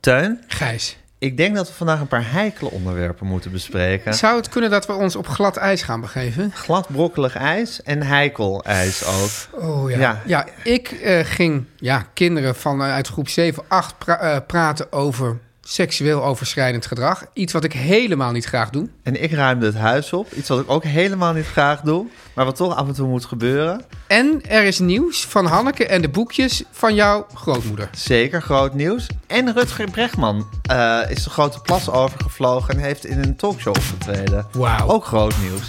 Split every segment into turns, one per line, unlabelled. Teun,
Gijs,
ik denk dat we vandaag een paar heikele onderwerpen moeten bespreken.
zou het kunnen dat we ons op glad ijs gaan begeven?
Glad brokkelig ijs en heikel ijs ook.
Oh ja.
Ja.
Ja, ik eh, ging ja, kinderen van, eh, uit groep 7, 8 pra- eh, praten over seksueel overschrijdend gedrag. Iets wat ik helemaal niet graag doe.
En ik ruimde het huis op. Iets wat ik ook helemaal niet graag doe. Maar wat toch af en toe moet gebeuren.
En er is nieuws van Hanneke en de boekjes van jouw grootmoeder.
Zeker groot nieuws. En Rutger Bregman eh, is de grote plas overgevlogen en heeft in een talkshow opgetreden.
Wauw.
Ook groot nieuws.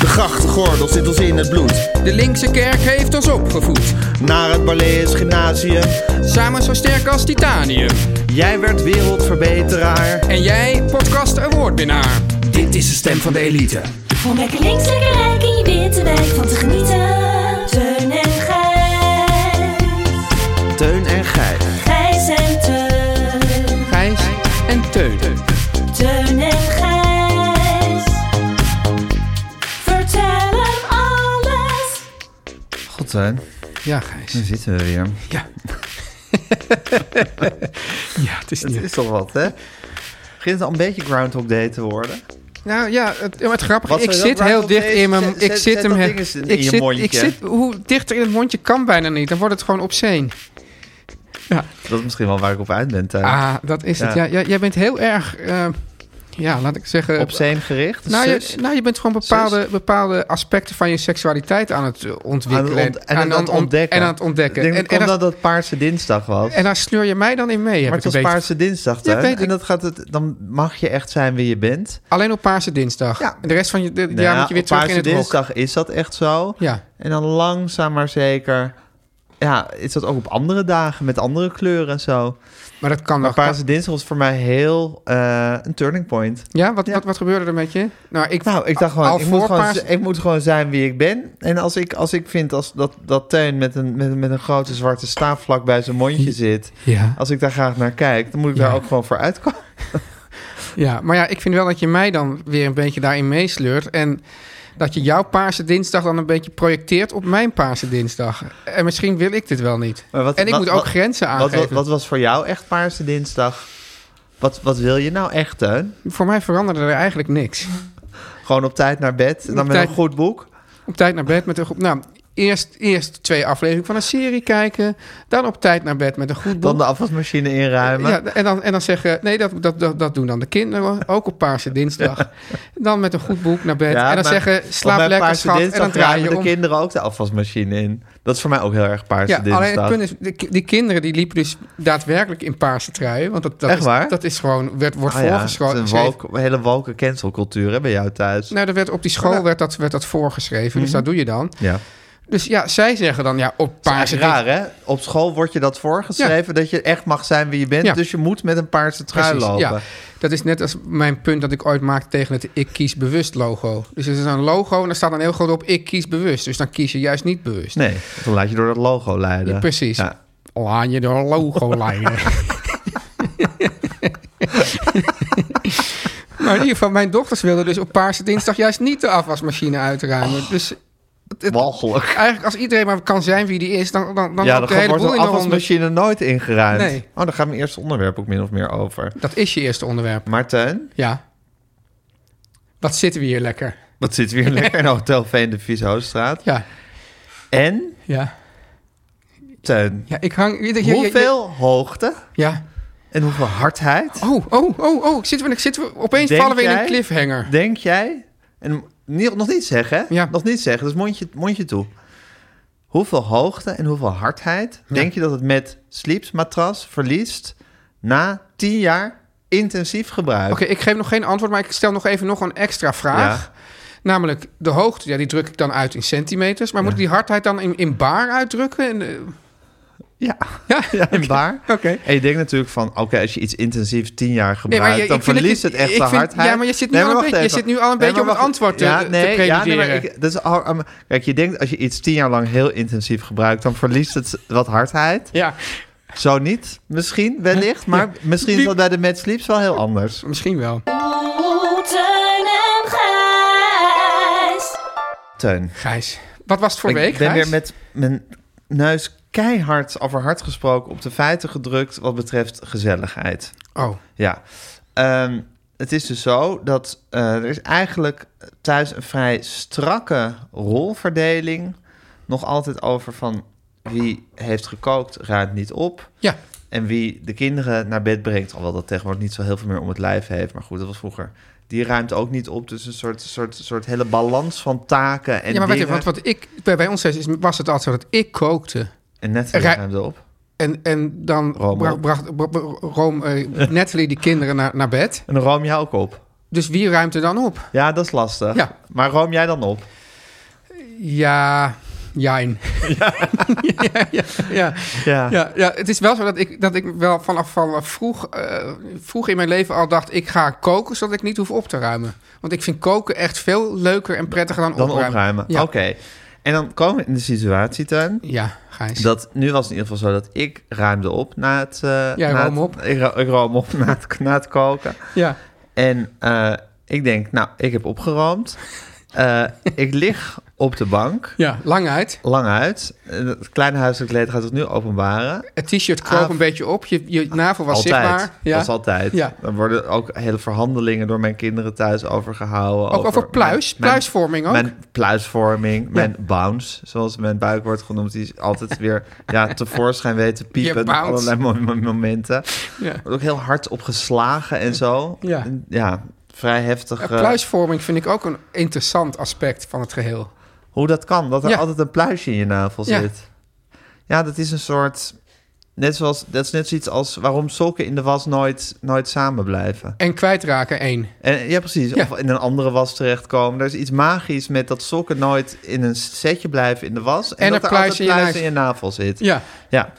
De grachtgordel zit ons in het bloed.
De linkse kerk heeft ons opgevoed.
Naar het Barlees Gymnasium.
Samen zo sterk als titanium.
Jij werd wereldverbeteraar.
En jij podcast awardwinnaar.
Dit is de stem van de elite.
Om lekker links, lekker rijk in je witte wijk van te genieten. Teun en Gijs.
Teun en Gijs.
Gijs en Teun.
Gijs en Teun.
Teun en Gijs. Vertel hem alles.
God Teun,
Ja, Gijs.
daar zitten we weer.
Ja. ja, het is
Het
niet...
is toch wat, hè? Begint het al een beetje Groundhog Day te worden.
Nou ja, het, maar het grappige,
Wat
ik
zou je
zit
dat
heel
laten
dicht in mijn...
oplezen? Zet-
Ik
zet
zit hem...
dat
he-
ding eens in
ik
je
zit- Ik
mondje.
zit... Hoe dichter in het mondje kan bijna niet. Dan wordt het gewoon obscene. Ja,
Dat is misschien wel waar ik op uit ben, Teun.
ah, dat is het.
Ja.
Ja, ja, jij bent heel erg... eh, ja, laat ik zeggen...
Op zijn gericht.
nou
zus.
je, nou, je bent gewoon bepaalde, bepaalde aspecten van je seksualiteit aan het eh, ontwikkelen.
Aan het ont- en aan het
ont-
ontdekken.
En aan het ontdekken.
Ik denk
En,
dat
en,
komt
daar-
dat het Paarse Dinsdag was.
en daar sleur je mij dan in mee, heb
maar
ik
het
een
was
beetje.
Paarse Dinsdag,
Ja,
Teun.
weet ik.
en dat gaat het, dan mag je echt zijn wie je bent.
Alleen op Paarse Dinsdag.
Ja.
En de rest van je de,
Nou
jaar moet je weer
op
terug in
Paarse
het hok.
Dinsdag is dat echt zo.
Ja.
En dan langzaam maar zeker... Ja, is dat ook op andere dagen met andere kleuren en zo.
Maar dat kan
Maar
nog.
Paarse Dinsdag was voor mij heel eh, een turning point.
Ja, wat,
Ja.
Wat, wat gebeurde er met je? Nou, ik,
Nou, ik dacht
al
gewoon, ik
voor
moet gewoon,
Paas-
z- ik moet gewoon zijn wie ik ben. En als ik, als ik vind als dat, dat Teun met een, met, een- met een grote zwarte staaf vlak bij zijn mondje zit...
Ja.
Als ik daar graag naar kijk, dan moet ik
Ja.
daar ook gewoon voor uitkomen.
ja, maar ja, ik vind wel dat je mij dan weer een beetje daarin meesleurt. En dat je jouw Paarse Dinsdag dan een beetje projecteert op mijn Paarse Dinsdag. En misschien wil ik dit wel niet.
Maar wat-
en ik
wat-
moet ook
wat-
grenzen
Wat,
aangeven.
wat, wat was voor jou echt Paarse Dinsdag? Wat, wat wil je nou echt, Teun?
Voor mij veranderde er eigenlijk niks.
Gewoon op tijd naar bed en
Op
dan met
tijd-
een goed boek?
Op tijd naar bed met een goed... Nou, eerst, eerst twee afleveringen van een serie kijken. Dan op tijd naar bed met een goed
Dan
boek.
de afwasmachine inruimen?
Ja, en dan, en dan zeggen, nee, dat, dat, dat, dat doen dan de kinderen, ook op Paarse Dinsdag. Dan met een goed boek naar bed.
Ja,
en dan
maar-
zeggen, slaap
want bij
lekker
Paarse
schat. En
Dinsdag
dan draai
ruimen
je om.
de kinderen ook de afwasmachine in. Dat is voor mij ook heel erg Paarse
Ja,
Dinsdag.
alleen het punt is, de ki- die kinderen die liepen dus daadwerkelijk in paarse truien. Want dat, dat,
Echt
is,
waar?
dat is gewoon, werd, wordt
Ah ja, het is
voorgeschreven.
een woke- een hele woke cancelcultuur hè, bij jou thuis.
Nou, er werd op die school werd dat, werd dat voorgeschreven, dus
Mhm.
dat doe je dan.
Ja.
Dus ja, zij zeggen dan, ja, op
Maar
paarse
raar, hè? Op school wordt je dat voorgeschreven, dat je echt mag zijn wie je bent.
Ja.
Dus je moet met een paarse trui
Precies,
lopen.
ja. Dat is net als mijn punt dat ik ooit maakte tegen het ik kies bewust logo. Dus het is een logo en daar staat dan heel groot op ik kies bewust. Dus dan kies je juist niet bewust.
Nee, dan laat je door dat logo leiden.
Ja, precies.
Ja.
Laat je door logo leiden. maar in ieder geval, mijn dochters wilden dus op Paarse Dinsdag juist niet de afwasmachine uitruimen.
Oh.
Dus het- het-
Walgelijk.
eigenlijk als iedereen maar kan zijn wie die is, dan, dan, dan
ja,
loopt de
dan
hele
wordt
boel
een
in de honderd.
afwasmachine nooit ingeruimd.
Nee.
Oh, daar gaat mijn eerste onderwerp ook min of meer over.
Dat is je eerste onderwerp.
Martijn,
Ja. Wat zitten we hier lekker?
Wat zit weer lekker in Hotel Veen de Vieshoofdstraat.
Ja,
En,
ja.
Teun,
Ja, ik hang... je- je- je-
hoeveel hoogte
Ja.
en hoeveel hardheid
Oh, oh, oh, oh. Zitten we, zitten we, opeens
Denk
vallen we in
jij-
een cliffhanger.
denk jij... En niet- nog niet zeggen, hè?
Ja.
Nog niet zeggen, dus mondje, mondje toe. Hoeveel hoogte en hoeveel hardheid denk je dat het met Sleeps matras verliest na 10 jaar intensief gebruik?
Oké, ik geef nog geen antwoord, maar ik stel nog even nog een extra vraag. Namelijk, de hoogte, ja, die druk ik dan uit in centimeters. Maar moet ik die hardheid dan in, in baar uitdrukken? En, eh,
Ja,
ja,
ja in baar.
Oké.
En je denkt natuurlijk van, oké, als je iets intensief tien jaar gebruikt,
je- ik
dan
vind
verliest
het-
het, echt
ik
de
vind-
hardheid.
ja, maar je zit nu al een
wacht
beetje- je
even.
zit nu al een beetje
maar
om het
wacht-
antwoord te- te
Ja, nee, maar
preludiëren.
ik- dat is al- um, kijk, je denkt als je iets tien jaar lang heel intensief gebruikt, dan verliest het wat hardheid.
ja,
Zo niet, misschien, wellicht, maar misschien is dat bij de Mad Sleeps wel heel anders.
misschien wel.
Oeh, Oh, Teun en Gijs.
Teun,
Gijs, wat was het voor week,
ik ben
Gijs?
weer met mijn neus keihard over hard gesproken op de feiten gedrukt wat betreft gezelligheid.
Oh,
Ja. Ehm, het is dus zo dat eh, er is eigenlijk thuis een vrij strakke rolverdeling. Nog altijd over van wie heeft gekookt, ruimt niet op.
ja.
En wie de kinderen naar bed brengt, alhoewel dat tegenwoordig niet zo heel veel meer om het lijf heeft. Maar goed, dat was vroeger. Die ruimt ook niet op. Dus een soort, soort, soort hele balans van taken en
ja, maar weet je,
dingen.
want wat ik, bij, bij ons thuis is, was het altijd zo dat ik kookte.
En net weer
Rui-
ruimde op.
En, en dan
Rome
bra-
op.
bracht bra- bra- Rome, eh, Natalie die kinderen naar, naar bed.
En dan room jij ook op.
Dus wie ruimt er dan op?
Ja, dat is lastig.
Ja.
Maar room jij dan op?
Ja, jijn. Ja. ja, ja, ja. ja, het is wel zo dat ik, dat ik wel vanaf, vanaf vroeg, eh, vroeg in mijn leven al dacht... ik ga koken zodat ik niet hoef op te ruimen. Want ik vind koken echt veel leuker en prettiger dan,
Dan opruimen.
opruimen. Ja.
Oké. En dan komen we in de situatie, Tuin.
Ja, Gijs.
Dat, nu was het in ieder geval zo dat ik ruimde op na het... eh, na
ruim
het-
op.
Ik, ru- ik ruim op na het, na het koken.
Ja.
En eh, ik denk, nou, ik heb opgeruimd. Eh, ik lig op de bank,
ja, lang uit.
lang uit. Eh, Het kleine huiselijk leed gaat het nu openbaren.
Het t-shirt kroop
Ah,
een beetje op. Je, je navel was
altijd.
zichtbaar. Ja.
Dat is altijd.
Ja.
Er worden ook hele verhandelingen door mijn kinderen thuis overgehouden.
Ook over pluis,
mijn-
pluisvorming ook.
Mijn pluisvorming, mijn bounce, zoals mijn buik wordt genoemd, die is altijd weer ja, tevoorschijn weten
Je
piepen op
bounce.
allerlei mo- mo- momenten.
Ja.
Wordt ook heel hard op geslagen en zo.
Ja.
En ja vrij heftig.
Ja,
eh,
pluisvorming vind ik ook een interessant aspect van het geheel.
hoe dat kan, dat er
Ja.
altijd een pluisje in je navel
Ja.
zit. Ja, dat is een soort. Net zoals, dat is net zoiets als waarom sokken in de was nooit, nooit samen blijven.
En kwijtraken één.
En, ja, precies.
Ja.
Of in een andere was terechtkomen. Er is iets magisch met dat sokken nooit in een setje blijven in de was.
En
dat
een
er altijd
pluis in je
pluis
navel.
in je navel zit.
Ja,
Ja.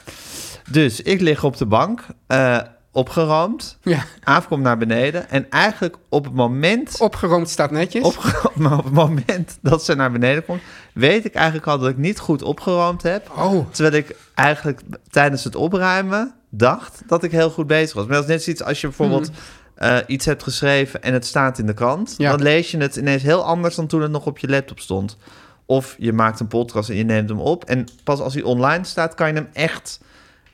Dus ik lig op de bank, eh opgeramd.
ja.
Aaf komt naar beneden. En eigenlijk op het moment...
opgeroomd staat netjes.
opgeruimd, maar op het moment dat ze naar beneden komt... weet ik eigenlijk al dat ik niet goed opgeruimd heb.
Oh,
Terwijl ik eigenlijk tijdens het opruimen dacht dat ik heel goed bezig was. Maar dat is net zoiets als je bijvoorbeeld eh, iets hebt geschreven en het staat in de krant.
Ja.
Dan lees je het ineens heel anders dan toen het nog op je laptop stond. Of je maakt een podcast en je neemt hem op. En pas als hij online staat, kan je hem echt,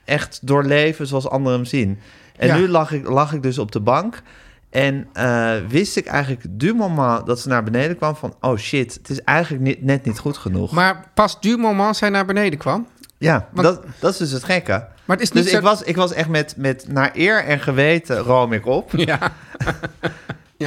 echt doorleven zoals anderen hem zien. En
Ja.
nu lag ik, lag ik dus op de bank. En eh, wist ik eigenlijk du moment dat ze naar beneden kwam van... oh shit, het is eigenlijk niet, net niet goed genoeg.
maar pas du moment zij naar beneden kwam.
Ja,
Want-
dat, dat is dus het gekke.
Maar het is niet
dus
zo-
ik, was, ik was echt met, met naar eer en geweten room ik op.
Ja.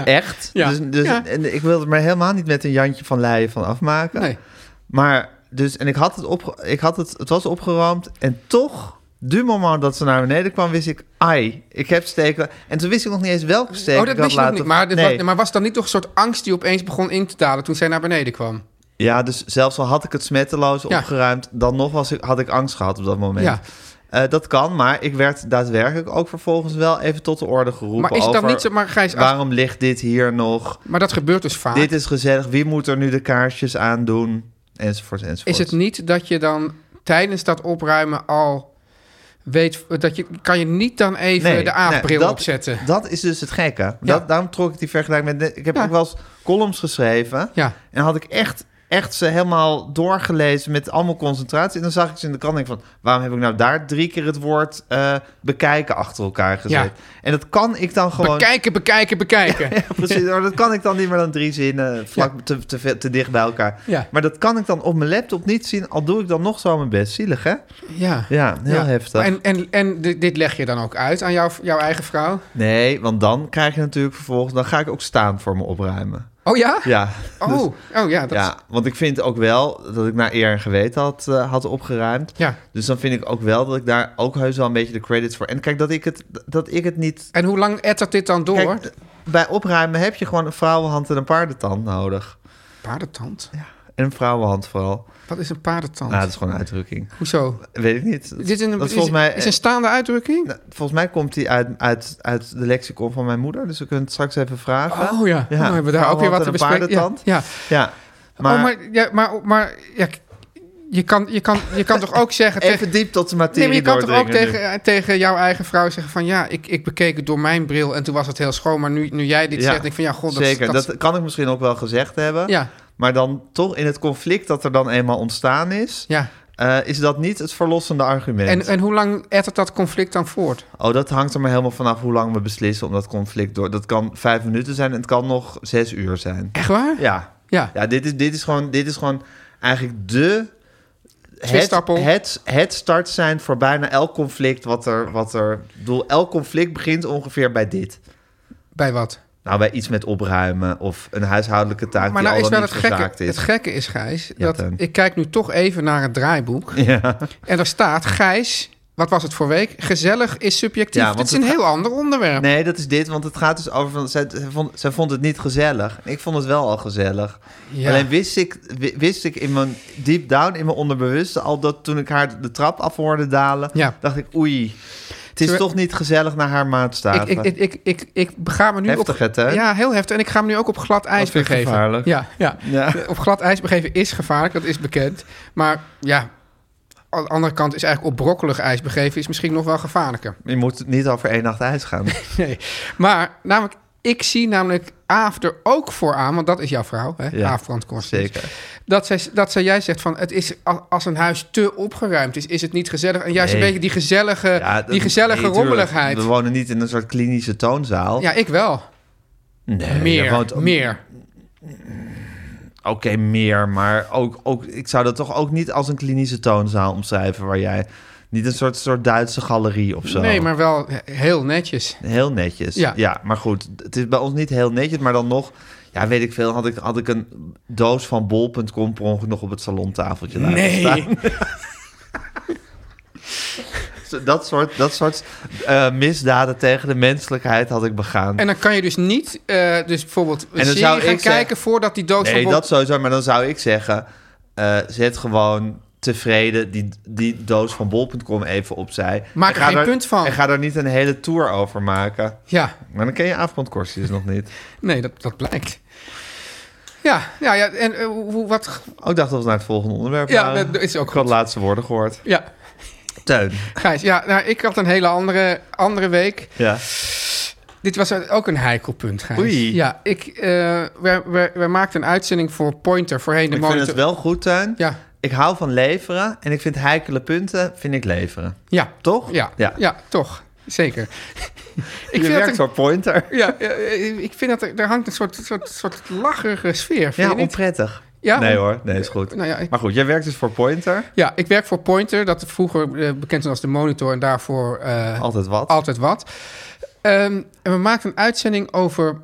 Echt.
Ja.
Dus, dus,
Ja.
En ik wilde me helemaal niet met een Jantje van Leijen van afmaken.
Nee.
Maar dus, en ik had het op, ik had het, het was opgeruimd en toch, du moment dat ze naar beneden kwam, wist ik, ai, ik heb steken. En toen wist ik nog niet eens welke steek
Oh, dat
ik had
wist je nog
laten.
niet. Maar, dit
nee.
was, maar was dan niet toch een soort angst die opeens begon in te dalen toen zij naar beneden kwam?
Ja, dus zelfs al had ik het smetteloos
Ja.
opgeruimd, dan nog was ik, had ik angst gehad op dat moment.
Ja.
Eh, dat kan, maar ik werd daadwerkelijk ook vervolgens wel even tot de orde geroepen.
Maar is het dan
over
niet zo... Maar Gijs, als-
Waarom ligt dit hier nog?
maar dat gebeurt dus vaak.
Dit is gezellig. Wie moet er nu de kaarsjes aandoen? Enzovoort, enzovoort.
Is het niet dat je dan tijdens dat opruimen al weet... Dat je, kan je niet dan even
Nee,
de aafbril
nee, dat-
opzetten?
Dat is dus het gekke. Dat, daarom trok ik die vergelijking met... Ik heb
Ja.
ook wel eens columns geschreven.
Ja.
En had ik echt, echt ze helemaal doorgelezen met allemaal concentratie. En dan zag ik ze in de krant en ik van... waarom heb ik nou daar drie keer het woord eh, bekijken achter elkaar gezet?
Ja.
En dat kan ik dan gewoon...
Bekijken, bekijken, bekijken.
Ja, precies. Maar dat kan ik dan niet meer dan drie zinnen, vlak te, te, veel- te dicht bij elkaar.
Ja.
Maar dat kan ik dan op mijn laptop niet zien, al doe ik dan nog zo mijn best. Zielig, hè?
Ja.
Ja, heel
Ja.
heftig.
En, en, en di- dit leg je dan ook uit aan jouw, jouw eigen vrouw?
Nee, want dan krijg je natuurlijk vervolgens... dan ga ik ook staan voor me opruimen.
Oh ja?
Ja, dus-
Oh, oh ja, dat
ja want ik vind ook wel dat ik naar eer en geweten had, eh, had opgeruimd.
Ja.
Dus dan vind ik ook wel dat ik daar ook heus wel een beetje de credits voor... En kijk, dat ik het, dat ik het niet...
En hoe lang ettert dit dan door?
Kijk, bij opruimen heb je gewoon een vrouwenhand en een paardentand nodig.
Paardentand?
En een vrouwenhand vooral.
Wat is een paardentand?
Nou, dat is gewoon een uitdrukking.
Hoezo?
Weet ik niet.
Dit is een,
dat
is,
is volgens mij,
is een staande uitdrukking?
Nou, volgens mij komt die uit, uit, uit de lexicon van mijn moeder. Dus we kunnen het straks even vragen.
Oh ja, dan hebben we daar ook weer wat te bespreken. Ja,
Ja,
ja.
ja.
Maar,
maar,
oh, maar, ja, maar, maar ja, je, kan, je, kan, je kan toch ook zeggen... tegen,
even diep tot de materie
nee, maar je kan toch ook
doordringen nu.
tegen, tegen jouw eigen vrouw zeggen van... ja, ik, ik bekeek het door mijn bril en toen was het heel schoon. Maar nu, nu jij dit
Ja,
zegt, denk ik van ja, god, oh, dat,
Zeker,
dat-
dat, kan ik misschien ook wel gezegd hebben.
ja,
Maar dan toch in het conflict dat er dan eenmaal ontstaan is...
ja.
eh, is dat niet het verlossende argument.
En, eh, en hoe lang ettert dat conflict dan voort?
Oh, dat hangt er maar helemaal vanaf hoe lang we beslissen om dat conflict door... Dat kan vijf minuten zijn en het kan nog zes uur zijn.
Echt waar?
Ja,
Ja.
Ja, dit is, dit is, gewoon, dit is gewoon eigenlijk de... Het,
Twistappel.
het, het start zijn voor bijna elk conflict wat er... Wat er ik bedoel, elk conflict begint ongeveer bij dit.
Bij wat?
Nou, bij iets met opruimen of een huishoudelijke taak die
Maar nou
al
is
dan
wel
niet
het gekke,
verzaakt is.
het gekke is, Gijs,
Ja,
dat
Teun.
ik kijk nu toch even naar het draaiboek. En daar staat, Gijs, wat was het voor week? Gezellig is subjectief.
Ja,
Het
want
is een
het
heel ander onderwerp.
Nee, dat is dit, want het gaat dus over... Van, zij, zij vond, zij vond het niet gezellig. Ik vond het wel al gezellig.
Ja.
Alleen wist ik, wi- wist ik in mijn deep down, in mijn onderbewuste... al dat toen ik haar de trap af hoorde dalen...
Ja.
dacht ik, oei, het is
Zullen we-
toch niet gezellig naar haar maatstaven.
Ik, ik, ik, ik, ik, ik ga me nu
Heftig
op...
het, hè?
Ja, heel heftig. En ik ga me nu ook op glad ijs
vind ik
begeven.
gevaarlijk.
Ja, ja.
Ja.
Op glad ijs begeven is gevaarlijk, dat is bekend. Maar ja, aan de andere kant is eigenlijk op brokkelig ijs begeven... is misschien nog wel gevaarlijker.
Je moet niet over één nacht ijs gaan.
Nee, maar namelijk, ik zie namelijk Aaf er ook voor aan... want dat is jouw vrouw, hè?
Ja,
Aaf Brandkorst.
Zeker.
Dat zij, dat zij jij zegt van het is a- als een huis te opgeruimd is, is het niet gezellig. En juist een
Nee.
beetje die gezellige,
Ja,
die gezellige
nee, tuurlijk.
rommeligheid.
We wonen niet in een soort klinische toonzaal.
Ja, ik wel.
nee,
meer,
je woont-
meer.
Oké, meer, maar ook, ook, ik zou dat toch ook niet als een klinische toonzaal omschrijven... waar jij niet een soort, soort Duitse galerie of zo...
Nee, maar wel he- heel netjes.
Heel netjes.
Ja.
Ja. maar goed, het is bij ons niet heel netjes, maar dan nog, ja, weet ik veel, had ik, had ik een doos van bol.com per ongeluk nog op het salontafeltje laten staan. Zo- Dat soort, dat soort eh, misdaden tegen de menselijkheid had ik begaan.
En dan kan je dus niet, eh, dus bijvoorbeeld een
dan
serie gaan
zou
kijken
ik zeggen-
voordat die dood
nee,
van Bob-
dat sowieso, maar dan zou ik zeggen, eh, zet gewoon tevreden die, die doos van bol.com even opzij.
Maak
En
er
ga
geen punt van.
En ga daar niet een hele tour over maken.
Ja,
Maar dan ken je avondkorstjes nog niet.
nee, dat, dat blijkt. Ja, ja, ja. En eh, hoe, wat...
Oh, ik dacht dat we naar het volgende onderwerp
Ja,
waren.
dat is ook
Ik had
goed.
laatste woorden gehoord.
Ja,
Teun.
Gijs, ja, nou, ik had een hele andere, andere week.
Ja.
Dit was ook een heikelpunt, Gijs.
Oei.
Ja, ik, eh, wij, wij, wij maakten een uitzending voor Pointer, voorheen de
Ik vind
monitor.
het wel goed, Teun.
Ja.
Ik hou van leveren en ik vind heikele punten vind ik leveren.
Ja.
Toch?
Ja, ja.
Ja.
toch. Zeker. ik
je
vind
werkt
dat er,
voor Pointer.
ja, ja, ik vind dat er, er hangt een soort, soort, soort lacherige sfeer, vind
Ja,
je niet?
onprettig.
Ja,
nee
on-
hoor, nee, is goed.
Nou ja, ik-
Maar goed, jij werkt dus voor Pointer.
Ja, ik werk voor Pointer, dat vroeger eh, bekend was als de monitor en daarvoor eh,
Altijd wat.
altijd wat. Ehm, en we maakten een uitzending over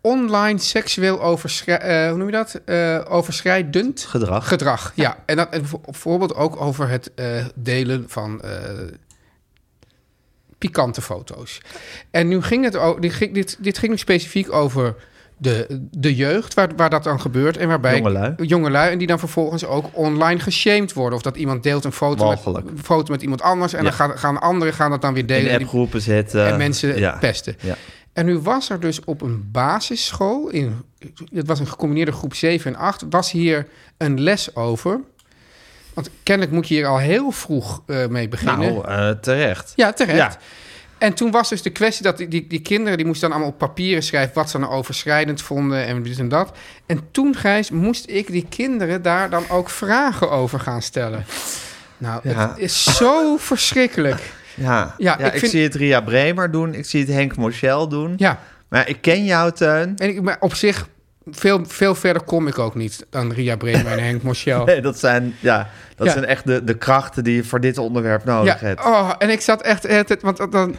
online seksueel overschrijdend, hoe noem je dat? Eh, overschrijdend
Gedrag.
gedrag. Ja, en dat en bijvo- bijvoorbeeld ook over het eh, delen van eh, pikante foto's. En nu ging het ook, dit ging, dit, dit ging nu specifiek over de, de jeugd, waar, waar dat dan gebeurt en waarbij
Jongelui.
jongelui en die dan vervolgens ook online geshamed worden of dat iemand deelt een foto, met,
Walgelijk.
een foto met iemand anders en
Ja.
dan gaan, gaan anderen gaan dat dan weer delen
In
en die-
appgroepen zetten.
en mensen
eh, ja.
pesten.
Ja.
En nu was er dus op een basisschool, in, het was een gecombineerde groep 7 en 8, was hier een les over. Want kennelijk moet je hier al heel vroeg eh, mee beginnen.
Nou, eh, terecht.
ja, terecht.
Nou, ja.
En toen was dus de kwestie dat die, die, die kinderen... die moesten dan allemaal op papieren schrijven... wat ze dan overschrijdend vonden en dit en dat. En toen, Gijs, moest ik die kinderen daar dan ook vragen over gaan stellen. Nou,
Ja.
het is zo verschrikkelijk.
Ja,
Ja,
Ja,
ik
ik,
vind-
zie het Ria Bremer doen. Ik zie het Henk Moschel doen.
Ja,
Maar ik ken jou, Teun.
en ik, maar op zich... Veel, veel verder kom ik ook niet dan Ria Bremer en Henk Moschel.
Nee, dat zijn, ja, dat
Oh. Ja.
zijn echt de, de krachten die je voor dit onderwerp nodig hebt.
Oh, en ik zat echt de hele tijd- want dat- dan.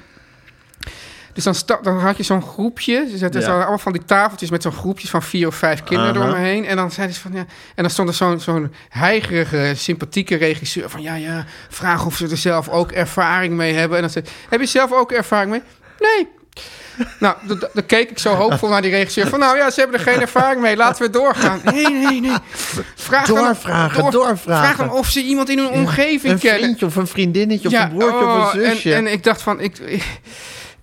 Dus dan, sta- dan had je zo'n groepje. Ze zetten
Ja.
zo allemaal van die tafeltjes met zo'n groepjes van vier of vijf kinderen
Aha.
door me heen. En dan zeiden ze van ja. En dan stond er zo'n zo'n heigerige, sympathieke regisseur van ja, ja. Vraag of ze er zelf ook ervaring mee hebben. En dan zei: Heb je zelf ook ervaring mee? Nee. Nou, d- d- dan keek ik zo hoopvol naar die regisseur van nou ja, ze hebben er geen ervaring mee. Laten we doorgaan. Nee, nee, nee. Vraag dan-
Doorvragen, doorvragen.
Vraag dan of ze iemand in hun omgeving
een
kennen.
vriendje of een vriendinnetje of een broertje
oh,
of een zusje.
En, en ik dacht van, ik, ik,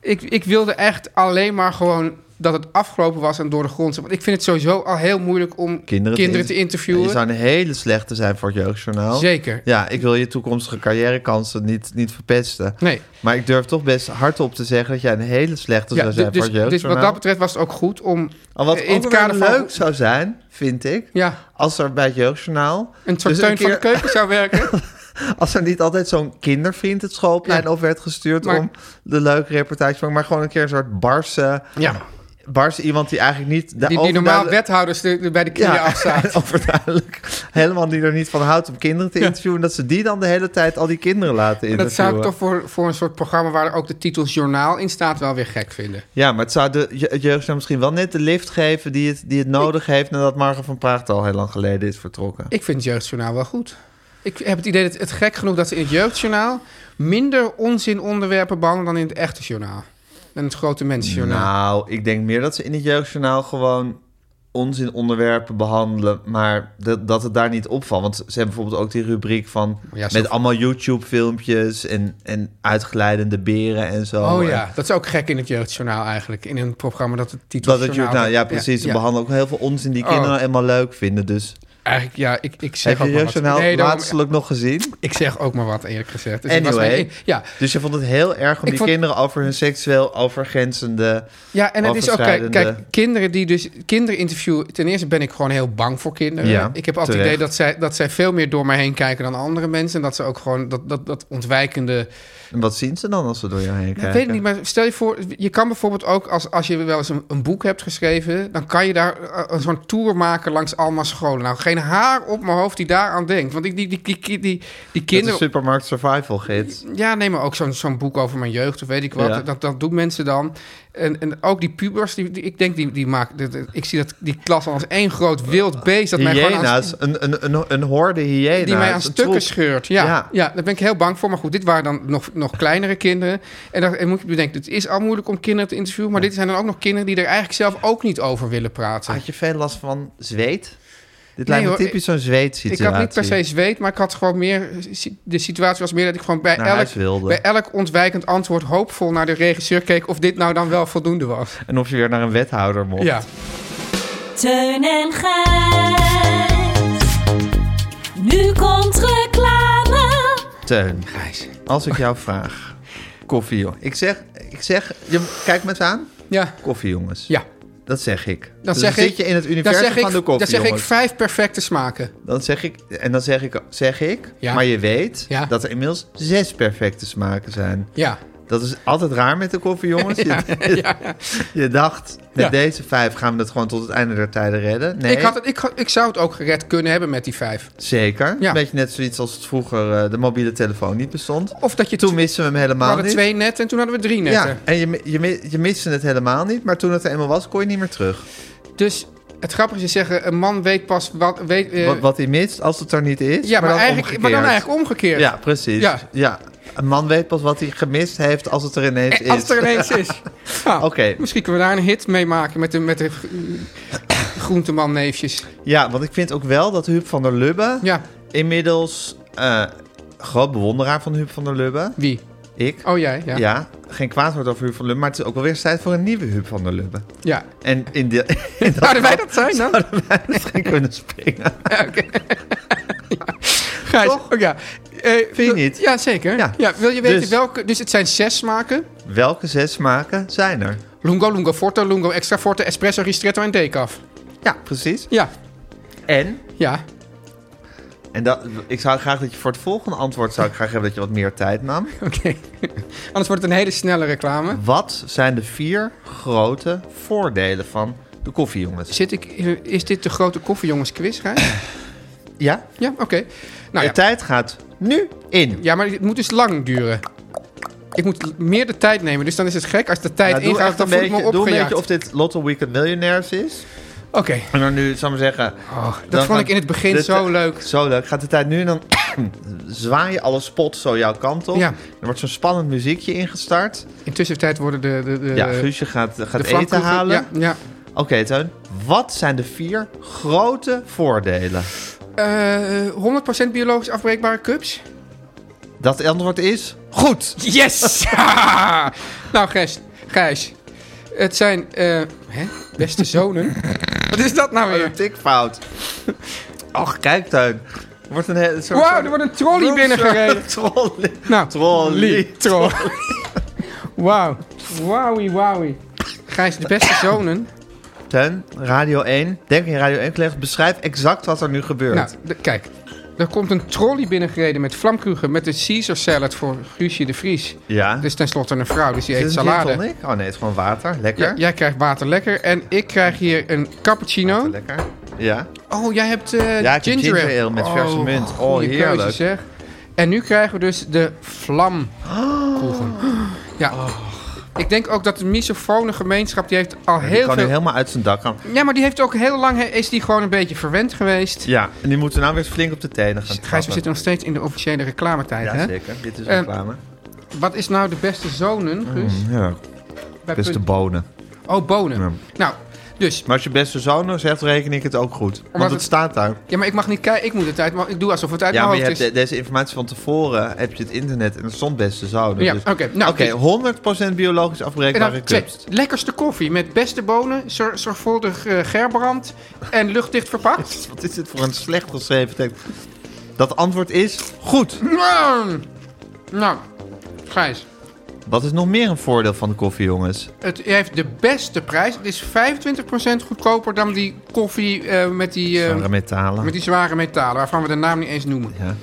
ik, ik wilde echt alleen maar gewoon dat het afgelopen was en door de grond. zat. Want ik vind het sowieso al heel moeilijk om kinderen, te,
in-
interviewen.
Je zou een hele slechte zijn voor het jeugdjournaal.
Zeker.
Ja, ik wil je toekomstige carrièrekansen niet, niet verpesten.
Nee.
Maar ik durf toch best hardop te zeggen dat jij een hele slechte
Ja,
zou
du-
zijn
dus,
voor het
dus wat dat
jeugdjournaal.
betreft was het ook goed om
Al Oh, wat
eh,
in het kader
van-
leuk zou zijn, vind ik,
Ja,
als er bij het jeugdjournaal...
een soort
dus
steun
een
van de
keer-
keuken zou werken.
Als er niet altijd zo'n kindervriend het schoolplein
Ja.
op werd gestuurd
Maar-
om de leuke reportage te maken. Maar gewoon een keer een soort barse,
ja.
barse iemand die eigenlijk niet... de
Die, die normaal wethouders de- de- bij de knieën
Ja,
afzaten.
overduidelijk. Helemaal die er niet van houdt om kinderen te interviewen. Dat ze die dan de hele tijd al die kinderen laten interviewen.
Dat zou ik toch voor, voor een soort programma waar ook de titel journaal in staat wel weer gek vinden.
Ja, maar het zou de je- het jeugdjournaal misschien wel net de lift geven die het, die het nodig heeft... nadat Margen van Praag al heel lang geleden is vertrokken.
Ik vind het jeugdjournaal wel goed. Ik heb het idee dat het gek genoeg dat ze in het jeugdjournaal minder onzin onderwerpen behandelen dan in het echte journaal. En het grote mensenjournaal.
Nou, ik denk meer dat ze in het jeugdjournaal gewoon onzin onderwerpen behandelen, maar dat, dat het daar niet opvalt. Want ze hebben bijvoorbeeld ook die rubriek van
Ja, zo-
met allemaal YouTube-filmpjes en, en uitgeleidende beren en zo.
oh
En
ja, dat is ook gek in het jeugdjournaal eigenlijk. In een programma dat het titel
Dat het journaal, ja precies, ze behandelen ook heel veel onzin die
Oh.
kinderen helemaal leuk vinden. Dus
Eigenlijk, ja, ik, ik zeg
heb je het
ook maar wat.
jeugdjournaal
Nee, daarom-
laatstelijk nog gezien?
ik zeg ook maar wat eerlijk gezegd. Dus ik was
Anyway,
mee- ja,
dus je vond het heel erg om
Ik
die
vond-
kinderen over hun seksueel overgrenzende...
Ja, en het is ook, kijk,
Overschrijdende-
kijk, kinderen die dus kinderen interviewen. Ten eerste ben ik gewoon heel bang voor kinderen.
Ja,
ik heb altijd
terecht.
het idee dat zij, dat zij veel meer door mij heen kijken dan andere mensen. En dat ze ook gewoon dat, dat, dat ontwijkende.
En wat zien ze dan als ze door je heen kijken?
Ik weet het niet, maar stel je voor, je kan bijvoorbeeld ook als, als je wel eens een, een boek hebt geschreven. dan kan je daar eh, zo'n tour maken langs allemaal scholen. Nou, geen haar op mijn hoofd die daaraan denkt. Want die, die, die, die, die, die
Kinderen...
kinderen.
supermarkt survival gids.
Ja, nee, maar ook zo'n zo'n boek over mijn jeugd of weet ik wat.
Ja.
Dat, dat doen mensen dan. En, en ook die pubers, die, die- ik denk, die, die maken... dat- dat- ik zie dat die klas al als één groot wild beest... Dat mij gewoon aan,
Hyena's, een, een, een, een horde hyena's.
die mij aan
een
stukken
troep.
scheurt. Ja, ja.
Ja.
daar ben ik heel bang voor. Maar goed, dit waren dan nog, nog kleinere kinderen. En dan en moet je bedenken, het is al moeilijk om kinderen te interviewen... maar dit zijn dan ook nog kinderen die er eigenlijk zelf ook niet over willen praten.
Had je veel last van zweet? Dit
Nee,
lijkt me
hoor,
typisch zo'n
Ik
zweetsituatie.
had niet per se zweet, maar ik had gewoon meer... De situatie was meer dat ik gewoon bij,
Naar huis
elk,
wilde.
bij elk ontwijkend antwoord... hoopvol naar de regisseur keek of dit nou dan wel voldoende was.
En of je weer naar een wethouder mocht.
Ja.
Teun en Gijs. Nu komt reclame.
Teun, als ik jou vraag... Koffie, joh. Ik zeg... Ik zeg je, kijk me eens aan.
Ja.
Koffie, jongens.
Ja.
Dat zeg ik. Dus Dan
zeg
zit
ik-
je in het
Dan
universum
zeg, ik,
van de koffie,
dan zeg ik
jongens.
vijf perfecte smaken.
Dan zeg ik... En dan zeg ik... Zeg ik
Ja.
Maar je weet
Ja.
dat er inmiddels zes perfecte smaken zijn.
Ja.
Dat is altijd raar met de koffie, jongens. Je, je dacht, met
Ja.
deze vijf gaan we dat gewoon tot het einde der tijden redden. Nee,
Ik, had het, ik, had- ik zou het ook gered kunnen hebben met die vijf.
zeker.
Ja.
Een beetje net zoiets als het vroeger eh, de mobiele telefoon niet bestond.
Of dat je
Toen
tw-
misten we hem
we
helemaal
hadden
niet.
twee net en toen hadden we drie netten.
ja, en je, mi- je, mi- je miste het helemaal niet, maar toen het er eenmaal was, kon je niet meer terug.
Dus het grappige is zeggen, een man weet pas wat... Weet, eh,
wat, wat hij mist, als het er niet is,
ja, maar,
dan
eigenlijk, maar dan
omgekeerd.
eigenlijk omgekeerd.
Ja, precies.
Ja.
Ja. Een man weet pas wat hij gemist heeft als het er ineens
Eh,
is.
Als het er ineens is. Nou,
Oké.
Misschien kunnen we daar een hit mee maken met de, met de eh, groenteman-neefjes.
Ja, want ik vind ook wel dat Huub van der Lubbe...
Ja,
inmiddels eh, groot bewonderaar van Huub van der Lubbe.
wie?
Ik.
Oh, jij? Ja.
ja.
ja.
geen kwaad woord over Huub van der Lubbe, maar het is ook wel weer tijd voor een nieuwe Huub van der Lubbe. En in, de, in dat
Zouden wij dat zijn dan?
zouden wij misschien kunnen springen.
Gijs,
Toch?
ook ja. Eh,
Vind je niet?
Ja, zeker.
Ja.
Ja. wil je weten
Dus-
welke? Dus het zijn zes smaken.
Welke zes smaken zijn er?
Lungo, Lungo Forte, Lungo Extra Forte, Espresso, Ristretto en Decaf.
Ja, precies.
Ja,
En,
ja.
en dat, ik zou graag dat je voor het volgende antwoord zou ik graag hebben dat je wat meer tijd nam.
Oké. Anders wordt het een hele snelle reclame.
Wat zijn de vier grote voordelen van de koffie, jongens?
Zit ik, is dit de grote koffiejongens quiz, Gijs?
Ja,
Ja, oké.
de
Nou ja.
tijd gaat nu in.
ja, maar het moet dus lang duren. Ik moet l- meer de tijd nemen, dus dan is het gek. Als de tijd
Nou, doe
ingaat,
echt
dan
een
voel ik me
beetje, doe een
opgejaagd.
beetje of
Oké,
dit Lotto Weekend Millionaires is. En dan nu, zal ik maar zeggen...
Oh, dat
dan
vond
gaat
ik in het begin
de-
zo leuk.
Zo leuk. Gaat de tijd nu en dan zwaai je alle spots zo jouw kant op.
Ja.
Er wordt zo'n spannend muziekje ingestart.
Intussen tijd worden de, de, de,
ja,
de
Guusje gaat, gaat eten
vlamkoeken-
halen.
Ja, ja.
Oké, Teun. Wat zijn de vier grote voordelen?
Eh 100% biologisch afbreekbare cups.
Dat antwoord is goed.
Yes! Ja! nou, Gijs, Gijs. Het zijn eh, hè? beste zonen. Wat is dat nou
Een
weer?
tikfout. Ach, kijk, Teun. Er wordt een hele soort...
Wow, er wordt een trolley binnengereden.
Trolley.
Nou,
Trolley.
Trolley. Wauw. Wowie, wowie. Gijs, de beste zonen.
Teun, Radio 1. Denk in Radio 1 collega's. Beschrijf exact wat er nu gebeurt.
Nou, de- kijk. Er komt een trolley binnengereden met vlamkrugen met de Caesar salad voor Guusje de Vries.
ja.
Dat is tenslotte een vrouw, dus die
Is
eet
het een gin
salade.
tonic? Oh nee, het is gewoon water. Lekker.
Ja, jij krijgt water lekker en ik krijg hier een cappuccino.
Lekker. Ja.
Oh, jij hebt eh
Ja, ik heb
ginger,
ginger ale met verse munt. Oh,
goeie keuze,
heerlijk.
zeg. En nu krijgen we dus de vlamkoegen. Ja. Ik denk ook dat de misofone gemeenschap, die heeft al
Oh. Die
heel
kan
veel...
nu helemaal uit zijn dak gaan.
Ja, maar die heeft ook heel lang, is die gewoon een beetje verwend geweest.
Ja, en die moeten nou weer flink op de tenen gaan
Gijs, we zitten nog steeds in de officiële reclametijd,
Ja,
hè?
zeker. Dit is
Ehm,
reclame.
Wat is nou de beste zonen, Guus?
ja, Mm,
Bij
beste
punt-
bonen.
Oh, bonen.
Ja.
Nou, dus...
Maar als je beste zonen zegt, reken ik het ook goed. Want
Omdat
het,
het-
staat daar.
Ja, maar ik mag niet kijken, ik moet het uit... maar Ik doe alsof het uit
Ja, maar
mijn
je
hoofd
hebt
is.
de- deze informatie van tevoren, heb je het internet en er stond beste zonen.
Ja,
dus-
oké, nou,
Oké, 100% biologisch
En
afbreekbare
dan twee,
kunst.
lekkerste koffie met beste bonen, zor- zorgvuldig eh, gerbrand en luchtdicht verpakt.
Wat is dit voor een slecht geschreven tekst? Dat antwoord is goed.
Mm. Nou, Gijs,
Wat is nog meer een voordeel van de koffie, jongens?
het heeft de beste prijs. Het is 25% goedkoper dan die koffie eh, met, die, eh,
Zware metalen.
met die zware metalen, waarvan we de naam niet eens noemen.
Ja.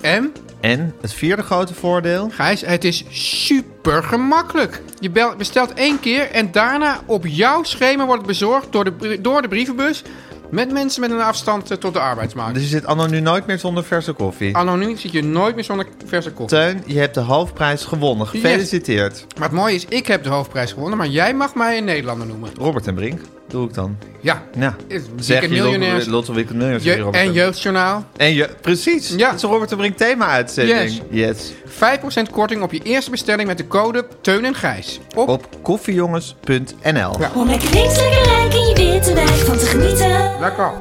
En,
En het vierde grote voordeel?
Gijs, het is super gemakkelijk. Je bel- bestelt één keer en daarna op jouw schema wordt het bezorgd door de, bri- door de brievenbus... met mensen met een afstand eh, tot de arbeidsmarkt.
Dus je zit anno nu nooit meer zonder verse koffie.
Anno nu zit je nooit meer zonder verse koffie.
Teun, je hebt de halfprijs gewonnen. Gefeliciteerd.
Maar het mooie is, ik heb de hoofdprijs gewonnen, maar jij mag mij een Nederlander noemen.
Robert en Brink, doe ik dan.
Ja.
Ja.
Is-
Zeg
Weekend
je
Miljonairs.
Lotto- Lotto Weekend Miljonairs.
Je-
weer, Robert
en
Brink.
Jeugdjournaal.
En je, precies.
Ja.
Het is een Robert en Brink thema-uitzending. Yes.
5% korting op je eerste bestelling met de code Teun en Gijs. Op,
Op koffiejongens.nl.
Ja.
Om lekker links, lekker rijk in je witte wijk van te genieten.
lekker.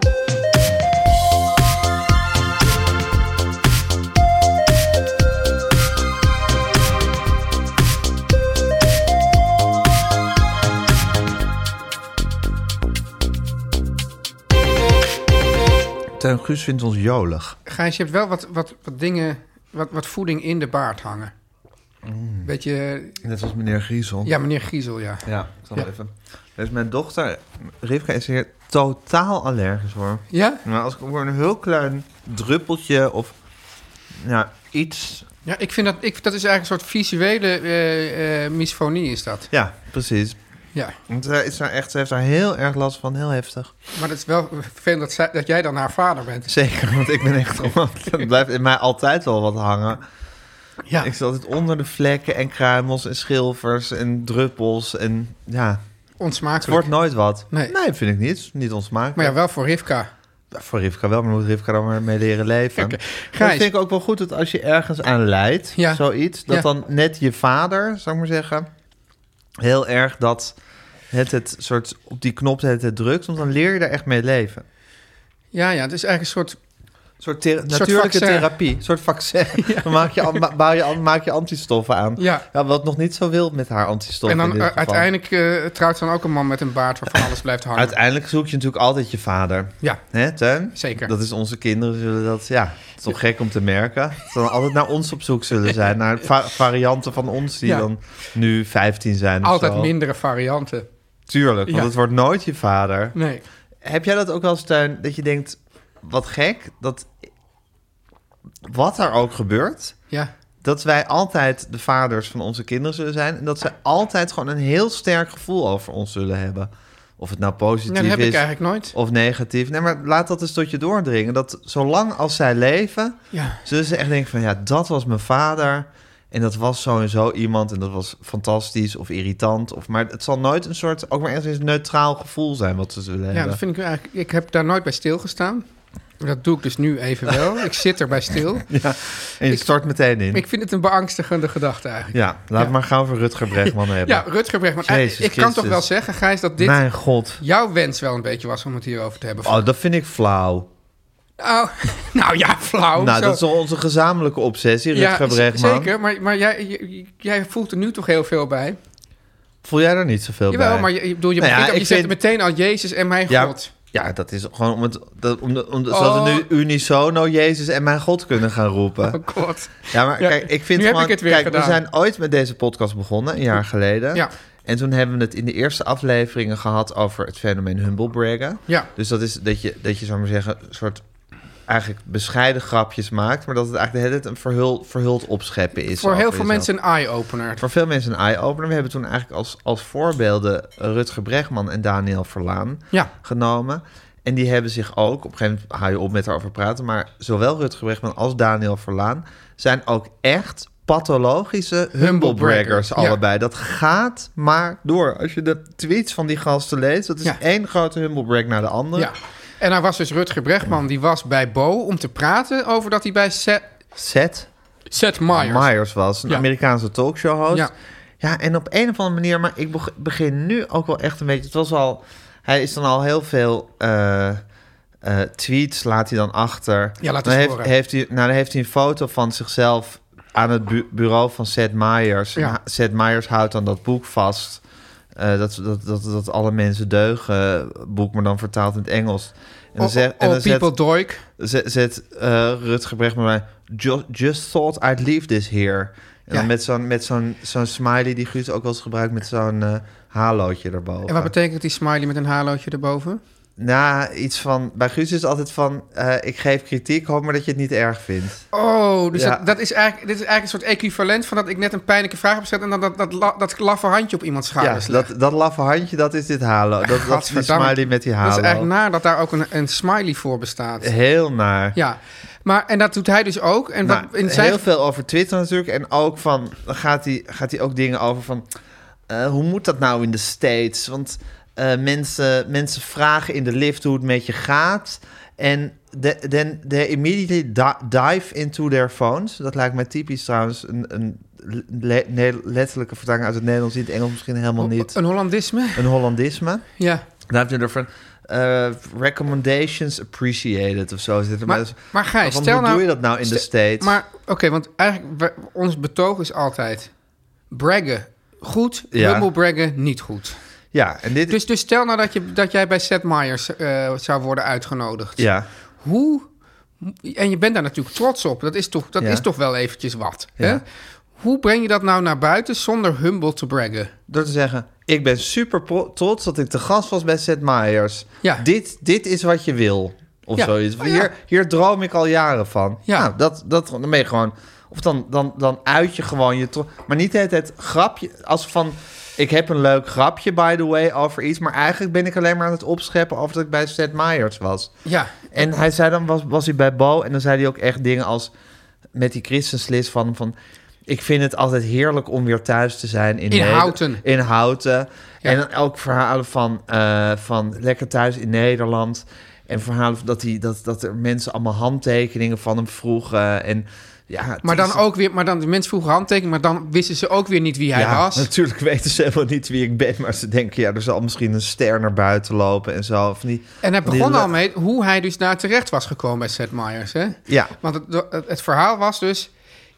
Teun Guus vindt ons jolig.
Gijs, je hebt wel wat, wat, wat dingen, wat, wat voeding in de baard hangen.
Mm.
Weet je,
Net als meneer Griezel.
ja meneer Giezel, ja.
Ja, ik zal
Ja.
even. Dus mijn dochter, Rivka, is hier totaal allergisch voor.
Ja?
Maar als ik voor een heel klein druppeltje of nou, iets.
Ja, ik vind dat, ik, dat is eigenlijk een soort visuele eh, eh, misfonie is dat.
Ja, precies.
Ja.
Want zij is daar echt, ze heeft daar heel erg last van, heel heftig.
Maar dat is wel vervelend dat, zij- dat jij dan haar vader bent. Dus
Zeker, want ik ben echt gewoon. Het blijft in mij altijd wel wat hangen.
Ja.
Ik zit altijd onder de vlekken en kruimels en schilfers en druppels. En ja, het
Onsmakelijk.
wordt nooit wat.
Nee.
vind ik niet. Niet ontsmakelijk.
Maar ja, wel voor Rivka.
Voor Rivka wel, maar moet Rivka dan maar mee leren leven.
Oké.
Dat
Gijs.
vind ik ook wel goed, dat als je ergens aan leidt,
Ja.
zoiets, dat
Ja.
dan net je vader, zou ik maar zeggen, heel erg dat het, het soort op die knop het, het drukt, want dan leer je daar echt mee leven.
Ja, ja, het is eigenlijk een soort
Een soort thera-
soort
natuurlijke
vaccin.
therapie, een soort vaccin. Dan maak je, al- ma- bouw je, al- maak je antistoffen aan.
Ja.
wat nog niet zo wil met haar antistoffen
En dan
in dit
eh,
geval.
uiteindelijk eh, trouwt dan ook een man met een baard waarvan alles blijft hangen.
Uiteindelijk zoek je natuurlijk altijd je vader.
Ja,
Hè, Teun?
Zeker.
Dat is onze kinderen zullen dat... Ja, het is toch gek om te merken. Dat ze dan altijd naar ons op zoek zullen zijn. Naar va- varianten van ons die
Ja.
dan nu 15 zijn of
altijd
zo.
mindere varianten.
Tuurlijk, want
Ja.
het wordt nooit je vader.
Nee.
Heb jij dat ook wel eens, Teun, dat je denkt... Wat gek, dat... Wat er ook gebeurt...
Ja.
dat wij altijd de vaders van onze kinderen zullen zijn. En dat ze altijd gewoon een heel sterk gevoel over ons zullen hebben. Of het nou
ja,
positief
dat heb
is
ik eigenlijk nooit.
of negatief. Nee, maar laat dat eens tot je doordringen. Dat zolang als zij leven,
Ja.
zullen ze echt denken van... ja, dat was mijn vader en dat was zo en zo iemand... en dat was fantastisch of irritant. Of, maar het zal nooit een soort, ook maar ergens een neutraal gevoel zijn... wat ze zullen
Ja,
hebben.
dat vind ik eigenlijk. Ik heb daar nooit bij stilgestaan. Dat doe ik dus nu even wel. Ik zit erbij stil.
En je stort meteen in.
Ik vind het een beangstigende gedachte eigenlijk.
ja, laat
Ja.
maar gaan voor Rutger Bregman hebben.
Ja, Rutger Bregman. eh,
Jezus
ik kan toch
Christus.
wel zeggen, Gijs, dat dit
Mijn god.
jouw wens wel een beetje was om het hierover te hebben.
Oh, dat vind ik flauw.
Nou, nou ja, flauw.
nou,
zo.
dat is wel onze gezamenlijke obsessie, Rutger
z-
Bregman.
Zeker, maar, maar jij, j- jij voelt er nu toch heel veel bij.
Voel jij er niet zoveel
Jawel,
bij?
maar je, je, bedoel, je,
Nou ja,
begint- je
ik
zegt
vind-
meteen al Jezus en mijn
Ja,
God.
Ja, dat is gewoon om het, dat, om de, om de,
Oh.
zodat we nu unisono Jezus en mijn God kunnen gaan roepen.
Oh God.
Ja, maar
Ja,
kijk, ik vind
nu heb
gewoon...
ik het weer
kijk,
gedaan.
we zijn ooit met deze podcast begonnen, een jaar geleden.
Ja.
En toen hebben we het in de eerste afleveringen gehad over het fenomeen humblebraggen.
Ja.
Dus dat is dat je, dat je zou maar zeggen, een soort eigenlijk bescheiden grapjes maakt... maar dat het eigenlijk de hele tijd een verhul, verhuld opscheppen is.
Voor heel
over
veel
jezelf.
mensen een eye-opener.
Voor veel mensen een eye-opener. We hebben toen eigenlijk als, als voorbeelden Rutger Bregman en Daniel Verlaan
Ja.
genomen. En die hebben zich ook, op een gegeven moment hou je op met daarover praten, maar zowel Rutger Bregman als Daniel Verlaan zijn ook echt pathologische humblebraggers
Ja.
allebei. Dat gaat maar door. Als je de tweets van die gasten leest, dat is
Ja.
één grote humblebrag naar de andere.
Ja. En daar was dus Rutger Bregman, die was bij Bo om te praten over dat hij bij Seth,
Seth
Seth Meyers...
Myers was, een
Ja.
Amerikaanse talkshow-host. Ja.
Ja.
en op een of andere manier, maar ik beg- begin nu ook wel echt een beetje. Het was al, hij is dan al heel veel eh, eh, tweets, laat hij dan achter.
Ja, laat
dan
eens
heeft,
horen.
heeft hij, nou, dan heeft hij een foto van zichzelf aan het bu- bureau van Seth Myers.
Ja.
En Seth Myers houdt dan dat boek vast. eh, dat, dat, dat, dat alle mensen deugen, boek, maar dan vertaald in het Engels. En
Oh,
zegt- en
oh,
dan zet-
people doik.
zet, zet eh, Rutger Brecht maar bij. Just, just thought I'd leave this here. En dan
Ja.
met zo'n met zo'n zo'n smiley die Guus ook wel eens gebruikt met zo'n eh halootje erboven.
En wat betekent die smiley met een halootje erboven?
Nou, iets van... Bij Guus is het altijd van... eh, ik geef kritiek, hoop maar dat je het niet erg vindt.
Oh, dus
Ja.
dat, dat is eigenlijk, dit is eigenlijk een soort equivalent van dat ik net een pijnlijke vraag heb gezet en dan dat, dat, la- dat laffe handje op iemands schouders
ja,
legt.
dat, dat laffe handje, dat is dit halo. Dat, dat is die
Gadverdamme.
smiley met die halo.
Dat is eigenlijk naar dat daar ook een, een smiley voor bestaat.
Heel naar.
Ja, maar en dat doet hij dus ook. En wat,
Nou,
in zijn
Heel veel over Twitter natuurlijk. En ook van, dan gaat hij, gaat hij ook dingen over van... eh, hoe moet dat nou in de States? Want eh, mensen, mensen vragen in de lift hoe het met je gaat. En de- then they immediately di- dive into their phones. Dat lijkt mij typisch trouwens een, een le- ne- letterlijke vertaling uit het Nederlands. In het Engels misschien helemaal niet.
Een Hollandisme?
Een Hollandisme.
Ja.
Daar heb je er van... eh, recommendations appreciated of zo. Zit er
Maar,
maar,
maar Gijs,
van,
stel
hoe
nou...
doe je dat nou in de
stel-
States?
Maar oké, want eigenlijk we- ons betoog is altijd... braggen goed,
Ja.
humble braggen niet goed.
ja, en dit...
Dus, dus stel nou dat, je, dat jij bij Seth Meyers eh, zou worden uitgenodigd.
Ja.
Hoe... En je bent daar natuurlijk trots op. Dat is toch, dat
Ja.
is toch wel eventjes wat. Hè?
Ja.
Hoe breng je dat nou naar buiten zonder humble te braggen?
Door te zeggen, ik ben super pro- trots dat ik te gast was bij Seth Meyers.
Ja.
Dit, dit is wat je wil. Of
Ja.
zoiets.
Oh, ja.
hier, hier droom ik al jaren van.
Ja.
Nou, dat, dat, dan ben je gewoon... Of dan, dan, dan uit je gewoon je... tro- Maar niet de hele tijd grapje... Als van, ik heb een leuk grapje, by the way, over iets. Maar eigenlijk ben ik alleen maar aan het opscheppen... over dat ik bij Seth Meyers was.
Ja,
En hij zei dan, was, was hij bij Bo... en dan zei hij ook echt dingen als... met die christenslis van... van ik vind het altijd heerlijk om weer thuis te zijn in,
In
Neder-
Houten.
In Houten.
Ja.
En dan ook verhalen van, eh, van lekker thuis in Nederland. En verhalen van dat, hij, dat, dat er mensen allemaal handtekeningen van hem vroegen. En Ja, het
Maar dan
is-
ook weer, maar dan de mensen vroegen handtekening, maar dan wisten ze ook weer niet wie hij
ja,
was.
natuurlijk weten ze helemaal niet wie ik ben, maar ze denken, ja, er zal misschien een ster naar buiten lopen en zo. Van die,
En hij
van die
begon
le-
al mee hoe hij dus daar terecht was gekomen bij Seth Meyers. Hè?
Ja,
Want het, het, het verhaal was dus...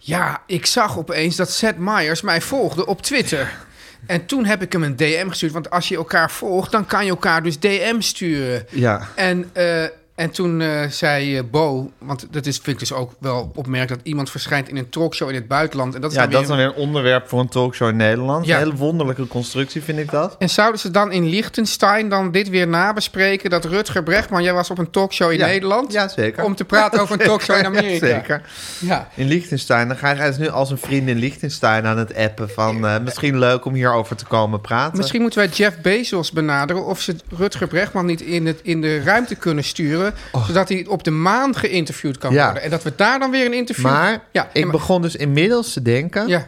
Ja, ik zag opeens dat Seth Meyers mij volgde op Twitter. En toen heb ik hem een DM gestuurd. Want als je elkaar volgt, dan kan je elkaar dus DM sturen.
ja.
En, eh, en toen eh, zei eh, Bo... Want dat is, vind ik dus ook wel opmerkelijk... dat iemand verschijnt in een talkshow in het buitenland. En dat is
ja,
dan
dat
weer-
is dan weer een onderwerp voor een talkshow in Nederland.
Ja.
Een hele wonderlijke constructie vind ik dat.
En zouden ze dan in Liechtenstein dan dit weer nabespreken... dat Rutger Brechtman, jij was op een talkshow in
Ja,
Nederland...
ja, zeker.
om te praten over een talkshow in Amerika.
Ja, zeker.
Ja.
In Liechtenstein, dan ga je nu als een vriend in Liechtenstein aan het appen van... eh, misschien leuk om hierover te komen praten.
Misschien moeten wij Jeff Bezos benaderen of ze Rutger Bregman niet in, het, in de ruimte kunnen sturen. Zodat hij op de maan geïnterviewd kan
Oh. Ja.
worden. En dat we daar dan weer een interview...
Maar
ja, nee,
ik
maar-
begon dus inmiddels te denken...
Ja,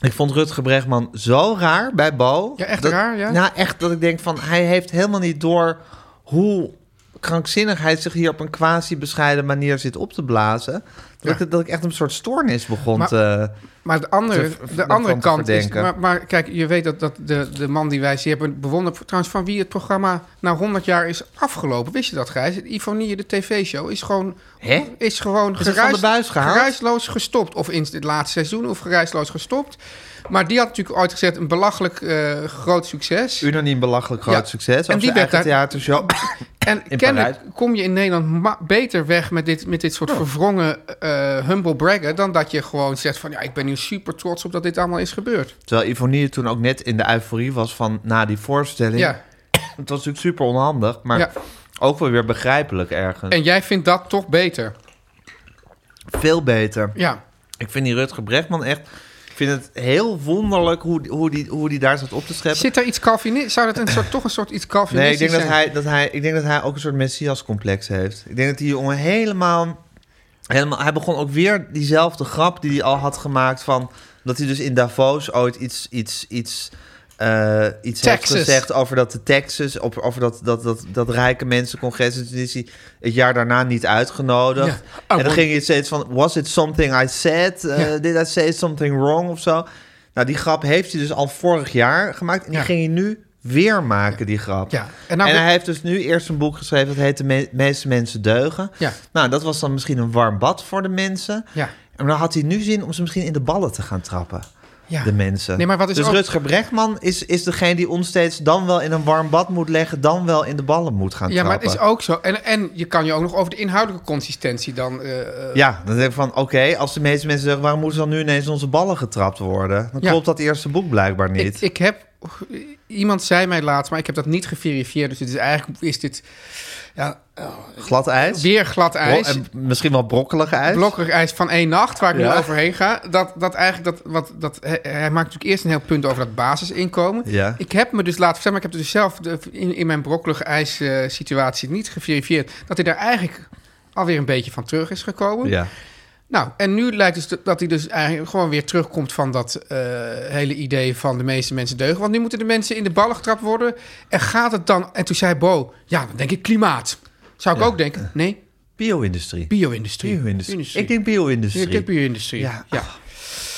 Ik vond Rutger Bregman zo raar bij Bo.
Ja, echt
dat,
raar, ja.
Nou, echt dat ik denk van... Hij heeft helemaal niet door hoe krankzinnig hij zich hier op een quasi-bescheiden manier zit op te blazen. Dat, ik, dat ik echt een soort stoornis begon
Maar-
te...
maar de andere,
Te-
de
daarvan
andere
te
kant is...
verdenken.
Maar, maar kijk, je weet dat, dat de, de man die wij ze hebben bewonderd... trouwens van wie het programma na 100 jaar is afgelopen. Wist je dat, Gijs? Ifonie, de tv-show, is gewoon...
Hè?
Is gewoon
Is het van de buis gehaald?
geruisloos gestopt. Of in het laatste seizoen, of geruisloos gestopt. Maar die had natuurlijk ooit gezegd een belachelijk eh, groot succes.
Unaniem belachelijk groot
Ja.
succes.
En
Als
die
die eigen
werd daar-
theatershow.
En
In
kennelijk kom je in Nederland ma- beter weg met dit, met dit soort verwrongen eh, humble braggen... dan dat je gewoon zegt van... ja, ik ben hier super trots op dat dit allemaal is gebeurd.
Terwijl Ivonie toen ook net in de euforie was van na die voorstelling.
Ja.
Het was natuurlijk super onhandig, maar
Ja.
ook wel weer begrijpelijk ergens.
En jij vindt dat toch beter?
Veel beter.
Ja.
Ik vind die Rutger Brechtman echt... Ik vind het heel wonderlijk hoe, die- hoe, die, hoe die daar zat op te scheppen.
Zit daar iets Calvinistisch... Zou dat een soort, toch een soort iets
nee, ik
Calvinistisch
denk, dat
zijn?
hij, dat hij, ik denk dat hij ook een soort messias-complex heeft. Ik denk dat die jongen helemaal, helemaal... Hij begon ook weer diezelfde grap die hij al had gemaakt van... Dat hij dus in Davos ooit iets... iets, iets eh, iets
Texas.
heeft gezegd over dat de Texas, op, over dat, dat, dat, dat rijke mensencongres in Tunisië het jaar daarna niet uitgenodigd.
Ja.
En
Oh,
dan
want-
ging je steeds van, was it something I said? Eh,
Ja.
Did I say something wrong of zo? Nou, die grap heeft hij dus al vorig jaar gemaakt. En die
Ja.
ging hij nu weer maken, die grap.
Ja. En
En,
nou wil-
hij heeft dus nu eerst een boek geschreven... dat heet De Me- meeste mensen deugen.
Ja.
Nou, dat was dan misschien een warm bad voor de mensen.
Ja.
En dan had hij nu zin om ze misschien in de ballen te gaan trappen.
Ja.
De mensen.
Nee, maar wat is
dus
ook-
Rutger Brechtman is, is degene die ons steeds dan wel in een warm bad moet leggen... dan wel in de ballen moet gaan
Ja, maar
trappen.
het is ook zo. En, en je kan je ook nog over de inhoudelijke consistentie dan... eh, eh,
Ja, dan denk ik van, oké, als de meeste mensen zeggen... waarom moeten dan nu ineens onze ballen getrapt worden? Dan
Ja.
klopt dat eerste boek blijkbaar niet.
Ik, ik heb... Iemand zei mij laatst, maar ik heb dat niet geverifieerd. Dus het is eigenlijk is dit ja,
Glad ijs?
weer glad ijs.
Bro- en misschien wel brokkelige ijs?
blokkerig ijs van één nacht, waar ik
Ja.
nu overheen ga. Dat, dat eigenlijk dat, wat, dat, hij, hij maakt natuurlijk eerst een heel punt over dat basisinkomen.
Ja.
Ik heb me dus laten vertellen, maar ik heb het dus zelf de- in, in mijn brokkelige ijs eh, situatie niet geverifieerd. Dat hij daar eigenlijk alweer een beetje van terug is gekomen.
Ja.
Nou, en nu lijkt dus de- dat hij dus eigenlijk gewoon weer terugkomt van dat eh, hele idee van de meeste mensen deugen. Want nu moeten de mensen in de ballen getrapt worden. En gaat het dan... En toen zei Bo, ja, dan denk ik klimaat. Zou ik ook denken? Nee,
Bio-industrie.
bio-industrie.
Bio-industrie. Ik denk bio-industrie. Oh,
Ja, ik denk bio-industrie.
Ja.
Ja. Ja.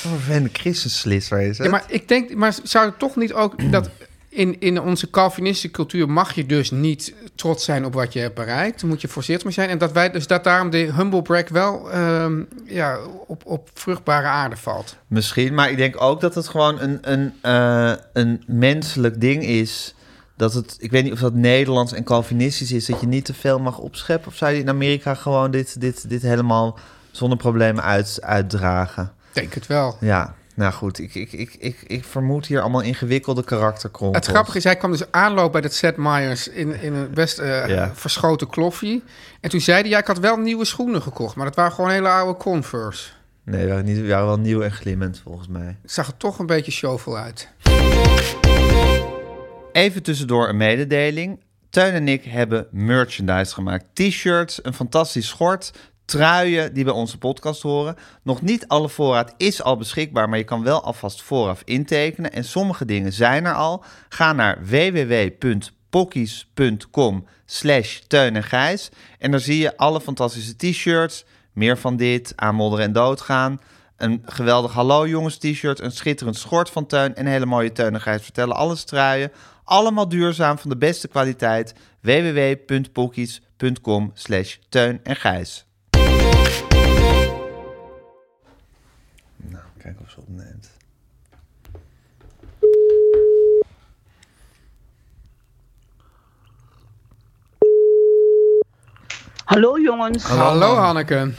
Wat een vervelende christenslisser is het?
maar ik denk, maar zou het toch niet ook dat in, in onze Calvinistische cultuur mag je dus niet trots zijn op wat je hebt bereikt. Dan moet je voorzichtig mee zijn. En dat wij dus dat daarom de humble brag wel ehm, ja, op, op vruchtbare aarde valt.
Misschien, maar ik denk ook dat het gewoon een, een, eh, een menselijk ding is... Dat het, ik weet niet of dat Nederlands en Calvinistisch is, dat je niet te veel mag opscheppen. Of zou je in Amerika gewoon dit, dit, dit helemaal zonder problemen uit, uitdragen?
Ik Denk het wel.
Ja, nou goed, ik, ik, ik, ik, ik vermoed hier allemaal ingewikkelde karakterkronkels.
Het grappige is, hij kwam dus aanlopen bij dat Seth Meyers in, in een best eh,
Ja.
verschoten kloffie. En toen zei hij, ja, ik had wel nieuwe schoenen gekocht, maar dat waren gewoon hele oude Converse.
Nee, we waren, niet, we waren wel nieuw en glimmend volgens mij.
Het zag er toch een beetje shovel uit.
Even tussendoor een mededeling. Teun en ik hebben merchandise gemaakt. T-shirts, een fantastisch schort, truien die bij onze podcast horen. Nog niet alle voorraad is al beschikbaar, maar je kan wel alvast vooraf intekenen. En sommige dingen zijn er al. Ga naar www.pokkies.com slash Teun en Gijs. En daar zie je alle fantastische t-shirts, Meer van dit, aanmodderen en doodgaan. Een geweldig hallo jongens t-shirt, een schitterend schort van Teun en hele mooie teunigheid vertellen. Alles truien, allemaal duurzaam van de beste kwaliteit. www.pokkies.com slash Teun en Gijs. Nou, kijk of ze opneemt.
Hallo jongens.
Hallo Hanneke.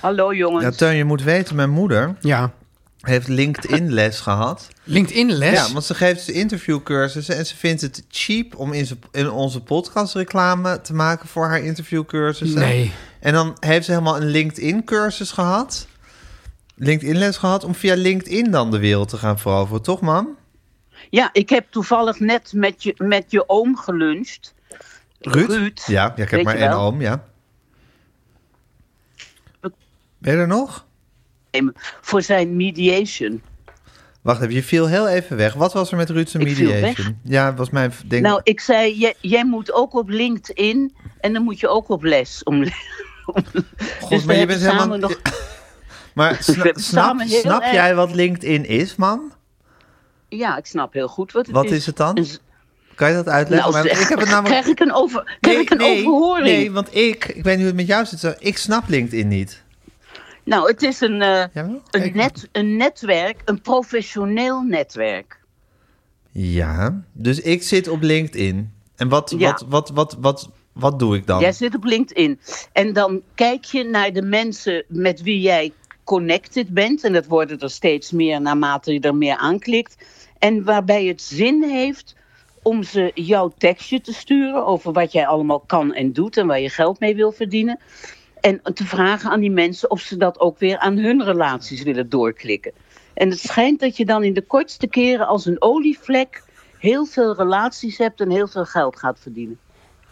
Hallo
Ja,
jongens.
Teun, je moet weten, mijn moeder
Ja.
heeft LinkedIn-les gehad.
LinkedIn-les?
Ja, want ze geeft ze interviewcursussen en ze vindt het cheap om in, ze, in onze podcast reclame te maken voor haar interviewcursussen.
Nee.
En dan heeft ze helemaal een LinkedIn-cursus gehad. LinkedIn-les gehad om via LinkedIn dan de wereld te gaan veroveren, toch, man?
Ja, ik heb toevallig net met je, met je oom geluncht.
Ruud?
Ruud,
Ja, ja ik heb
weet
maar
je
één
wel.
oom, ja. Ben je er nog?
Voor zijn mediation.
Wacht even, je viel heel even weg. Wat was er met Ruudse
Ik viel
mediation? Ja, het was mijn ding.
Nou, ik zei, jij, jij moet ook op LinkedIn en dan moet je ook op les. Om, om-
God,
dus we hebben samen nog...
Maar sna-
We hebben
snap,
samen heel
snap
erg-
jij wat LinkedIn is, man?
Ja, ik snap heel goed wat het
Wat
is.
is het dan?
Een z-
Kan je dat uitleggen?
Nou,
Maar
zeg,
ik heb het namelijk...
krijg ik een, over, krijg ik een overhoring?
nee, want ik, ik weet niet hoe het met jou zit. zo, Ik snap LinkedIn niet.
Nou, het is een, eh,
Jawel?
een, net, een netwerk, een professioneel netwerk.
Ja, dus ik zit op LinkedIn. En wat,
Ja.
wat, wat, wat, wat, wat doe ik dan?
Jij zit op LinkedIn. En dan kijk je naar de mensen met wie jij connected bent. En dat worden er steeds meer naarmate je er meer aanklikt. En waarbij het zin heeft om ze jouw tekstje te sturen over wat jij allemaal kan en doet en waar je geld mee wil verdienen. En te vragen aan die mensen of ze dat ook weer aan hun relaties willen doorklikken. En het schijnt dat je dan in de kortste keren als een olievlek heel veel relaties hebt en heel veel geld gaat verdienen.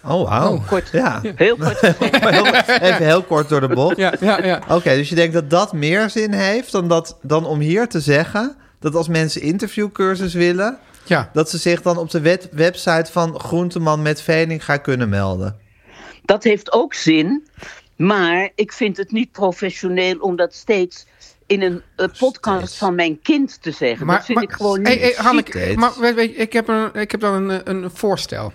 Oh, wauw.
Kort.
Ja,
Heel kort gezegd.
even heel kort door de bocht.
Ja, ja, ja.
Oké, dus je denkt dat dat meer zin heeft dan, dat, dan om hier te zeggen... dat als mensen interviewcursus willen...
Ja.
dat ze zich dan op de wet- website van Groenteman met Vening gaan kunnen melden.
Dat heeft ook zin. Maar ik vind het niet professioneel om dat steeds in een eh, podcast
Steeds.
van mijn kind te zeggen. dat vind ik gewoon niet.
Hey, hey, Hanneke,
Steeds.
maar weet, weet, je, ik, heb een, ik heb dan een, een voorstel.